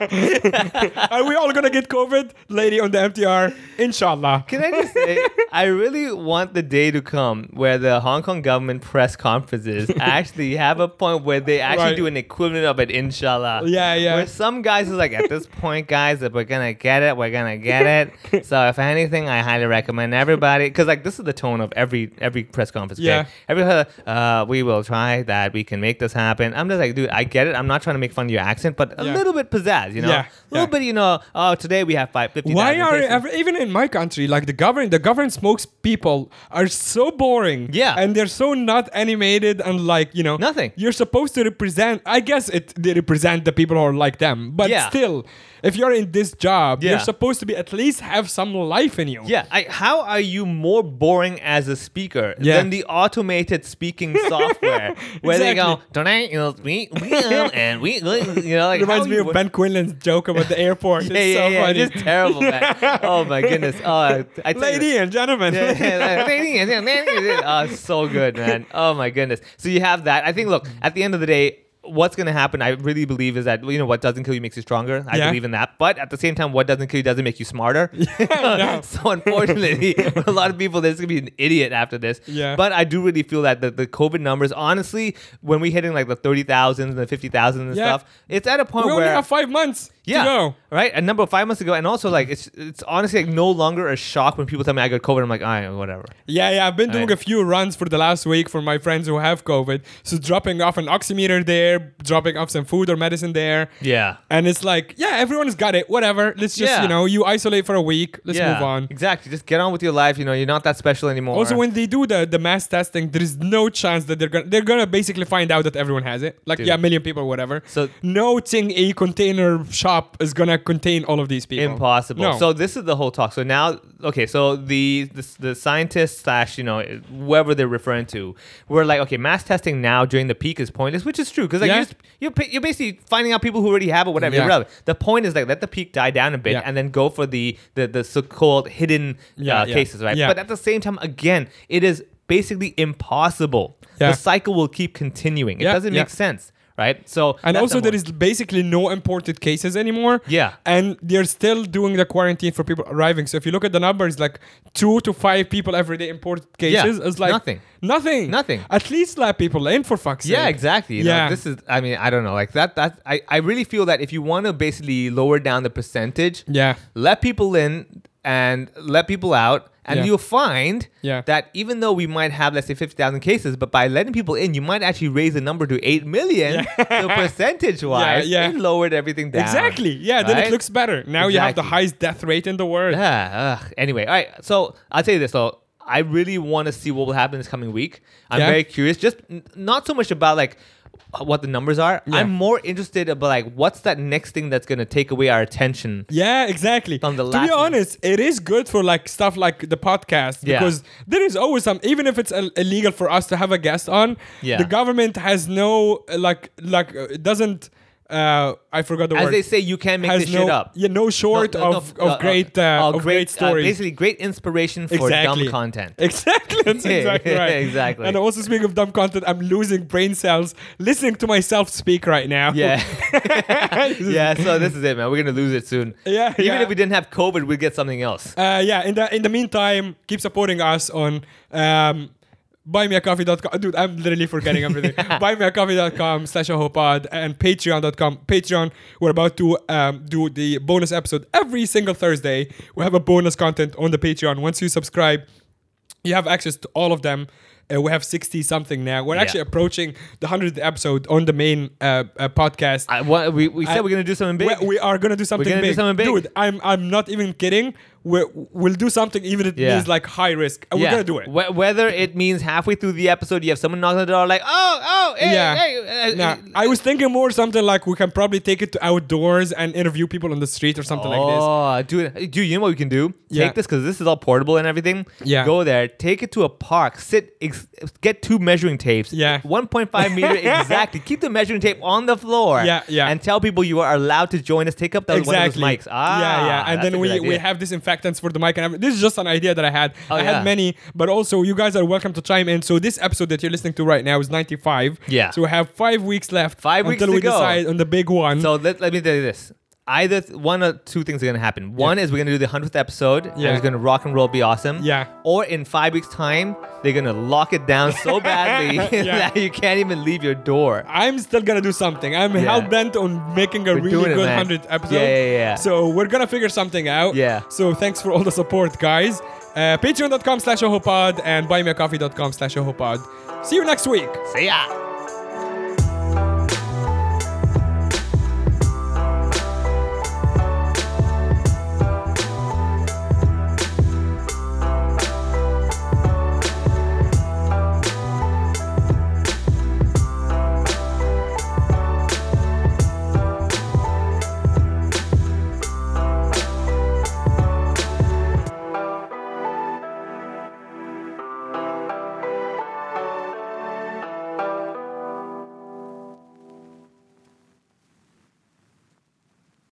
S3: Are we all gonna get COVID, lady on the MTR? Inshallah.
S4: Can I just say, I really want the day to come where the Hong Kong government press conferences actually have a point where they actually
S3: Right.
S4: do an equivalent of an inshallah.
S3: Yeah, yeah.
S4: Where some guys is like, at this point, guys, if we're gonna get it, we're gonna get it. so if anything, I highly recommend everybody because like this is the tone of every every press conference. okay?
S3: Yeah.
S4: Every uh, we will try that. We can make this happen. I'm just like, dude, I get it. I'm not trying to make fun of your accent, but a
S3: Yeah.
S4: little bit pizzazz, you know,
S3: Yeah,
S4: a little
S3: yeah.
S4: bit, you know. Oh, today we have five fifty.
S3: Why are every, even in my country, like the government, the government smokes people are so boring.
S4: Yeah.
S3: and they're so not animated and like you know
S4: Nothing.
S3: You're supposed to represent. I guess it they represent the people who are like them, but
S4: Yeah.
S3: still, if you're in this job,
S4: Yeah.
S3: you're supposed to be at least have some life in you.
S4: Yeah, I, how are you more boring as a speaker
S3: Yeah.
S4: than the automated speaking software where they go
S3: Exactly.
S4: tonight you know we we um, and we we," you know like
S3: It reminds
S4: how
S3: me
S4: you
S3: of
S4: wo-
S3: Ben Quinlan's joke about the airport.
S4: yeah,
S3: it's
S4: yeah,
S3: so
S4: yeah,
S3: funny.
S4: It's just terrible, man. oh my goodness. Oh, I, I tell you-
S3: Lady and gentlemen.
S4: yeah, yeah, like, "Lady, yeah, lady, yeah." oh, it's so good, man. Oh my goodness. So you have that. I think. Look, at the end of the day, what's going to happen? I really believe is that you know what doesn't kill you makes you stronger. I
S3: Yeah.
S4: believe in that. But at the same time, what doesn't kill you doesn't make you smarter.
S3: no.
S4: so unfortunately, for a lot of people, there's going to be an idiot after this.
S3: Yeah.
S4: But I do really feel that the, the COVID numbers, honestly, when we hitting like the thirty thousands and the fifty thousands and
S3: Yeah.
S4: stuff, it's at a point
S3: we only
S4: where
S3: have five months
S4: yeah.
S3: to go.
S4: Right? A number of five months ago. And also like it's it's honestly like no longer a shock when people tell me I got COVID. I'm like, all right, whatever.
S3: Yeah, yeah. I've been doing
S4: Right.
S3: a few runs for the last week for my friends who have COVID. So dropping off an oximeter there, dropping off some food or medicine there.
S4: Yeah.
S3: And it's like, yeah, everyone's got it. Whatever. Let's just,
S4: Yeah.
S3: you know, you isolate for a week. Let's
S4: yeah,
S3: move on.
S4: Exactly. Just get on with your life. You know, you're not that special anymore.
S3: Also, when they do the, the mass testing, there is no chance that they're gonna they're gonna basically find out that everyone has it. Like
S4: Dude.
S3: yeah, a million people, whatever.
S4: So-
S3: no thing a container shop is gonna contain all of these people.
S4: impossible.
S3: No.
S4: So this is the whole talk. So now, okay, so the the, the scientists slash you know whoever they're referring to, we're like, okay, mass testing now during the peak is pointless, which is true because like
S3: Yeah.
S4: you're, just, you're pi- you're basically finding out people who already have it, whatever.
S3: Yeah.
S4: Irrelevant. The point is like let the peak die down a bit
S3: Yeah.
S4: and then go for the the the so called hidden
S3: Yeah,
S4: uh,
S3: yeah.
S4: cases, right?
S3: Yeah.
S4: But at the same time, again, it is basically impossible.
S3: Yeah.
S4: The cycle will keep continuing. It
S3: Yeah,
S4: doesn't
S3: yeah.
S4: make sense. Right, so
S3: And
S4: that's
S3: also,
S4: number
S3: there
S4: one.
S3: is basically no imported cases anymore.
S4: Yeah.
S3: And they're still doing the quarantine for people arriving. So if you look at the numbers, like two to five people every day imported cases. It's like
S4: Nothing.
S3: Nothing.
S4: Nothing.
S3: At least let people in for fuck's sake.
S4: Yeah, exactly. You know,
S3: yeah.
S4: this is. I mean, I don't know. Like that. That I. I really feel that if you want to basically lower down the percentage,
S3: Yeah.
S4: let people in and let people out, and
S3: Yeah.
S4: you'll find
S3: Yeah.
S4: that even though we might have let's say fifty thousand cases, but by letting people in, you might actually raise the number to eight million. So percentage wise,
S3: Yeah, yeah.
S4: it lowered everything down.
S3: Exactly. Yeah. Then
S4: right?
S3: it looks better. Now you have the
S4: Exactly.
S3: highest death rate in the world.
S4: Yeah. Ah, Ugh. Anyway, all right. So I'll tell you this though. I really want to see what will happen this coming week. I'm
S3: Yeah.
S4: very curious. Just n- not so much about like uh, what the numbers are.
S3: Yeah.
S4: I'm more interested about like what's that next thing that's gonna take away our attention.
S3: Yeah, exactly.
S4: From the
S3: to
S4: last
S3: be
S4: one.
S3: honest, it is good for like stuff like the podcast
S4: Yeah.
S3: because there is always some. Even if it's Ill- illegal for us to have a guest on,
S4: Yeah.
S3: the government has no uh, like like uh, it doesn't. Uh, I forgot the
S4: As
S3: word.
S4: they say, you can make
S3: has
S4: this
S3: no,
S4: shit up.
S3: Yeah, no short
S4: No, no, no,
S3: of,
S4: no,
S3: of
S4: no,
S3: great uh,
S4: oh,
S3: of great,
S4: uh,
S3: stories.
S4: basically, great inspiration for
S3: exactly.
S4: dumb content.
S3: Exactly. That's exactly right.
S4: Exactly.
S3: And also speaking of dumb content, I'm losing brain cells listening to myself speak right now.
S4: Yeah. yeah. So this is it, man. We're gonna lose it soon.
S3: Yeah,
S4: Even
S3: yeah.
S4: if we didn't have COVID, we'd get something else.
S3: uh, yeah in the in the meantime keep supporting us on um buymeacoffee.com dude i'm literally forgetting everything buymeacoffee.com slash ahopod and patreon.com patreon we're about to um, do the bonus episode every single thursday we have a bonus content on the patreon once you subscribe you have access to all of them uh, we have 60 something now we're actually approaching the 100th episode on the main uh, uh, podcast
S4: I, what, we we said
S3: I-
S4: we're gonna do something big.
S3: we, we are gonna do something
S4: gonna do
S3: big.
S4: something big.
S3: dude. I'm I'm not even kidding. we we'll do something even if it
S4: Yeah.
S3: means like high risk. And We're gonna do it.
S4: Wh- whether it means halfway through the episode, you have someone knocking on the door, like, oh, oh, hey,
S3: yeah.
S4: hey, uh,
S3: Nah,
S4: uh,
S3: I was thinking more something like we can probably take it to outdoors and interview people on the street or something like this.
S4: Oh, dude, dude, you know what we can do?
S3: Yeah.
S4: Take this because this is all portable and everything.
S3: Yeah.
S4: Go there, take it to a park, sit, ex- get two measuring tapes.
S3: Yeah.
S4: 1.5 meter exactly. Keep the measuring tape on the floor.
S3: Yeah, yeah.
S4: And tell people you are allowed to join us. Take up the,
S3: Exactly.
S4: one of those mics. Ah,
S3: yeah, yeah. And
S4: that's a
S3: then
S4: good
S3: we,
S4: idea.
S3: we have this in disinfectants for the mic and everything. This is just an idea that I had.
S4: Oh,
S3: I
S4: yeah.
S3: had many, but also you guys are welcome to chime in. So this episode that you're listening to right now is 95.
S4: Yeah.
S3: So we have five weeks left.
S4: Five weeks
S3: until
S4: to
S3: we
S4: go.
S3: decide on the big one.
S4: So let, let me tell you this. Either th- one or two things are gonna happen. One is we're gonna do the hundredth episode. Yeah,
S3: Yeah.
S4: and it's gonna rock and roll, be awesome.
S3: Yeah.
S4: Or in five weeks' time, they're gonna lock it down so badly
S3: Yeah.
S4: that you can't even leave your door.
S3: I'm still gonna do something. I'm hell bent on making a
S4: We're
S3: really
S4: doing it,
S3: good
S4: man.
S3: hundred episode.
S4: Yeah, yeah, yeah.
S3: So we're gonna figure something out.
S4: Yeah.
S3: So thanks for all the support, guys. Uh, Patreon.com slash ohopod and buymeacoffee.com slash ohopod. See you next week.
S4: See ya.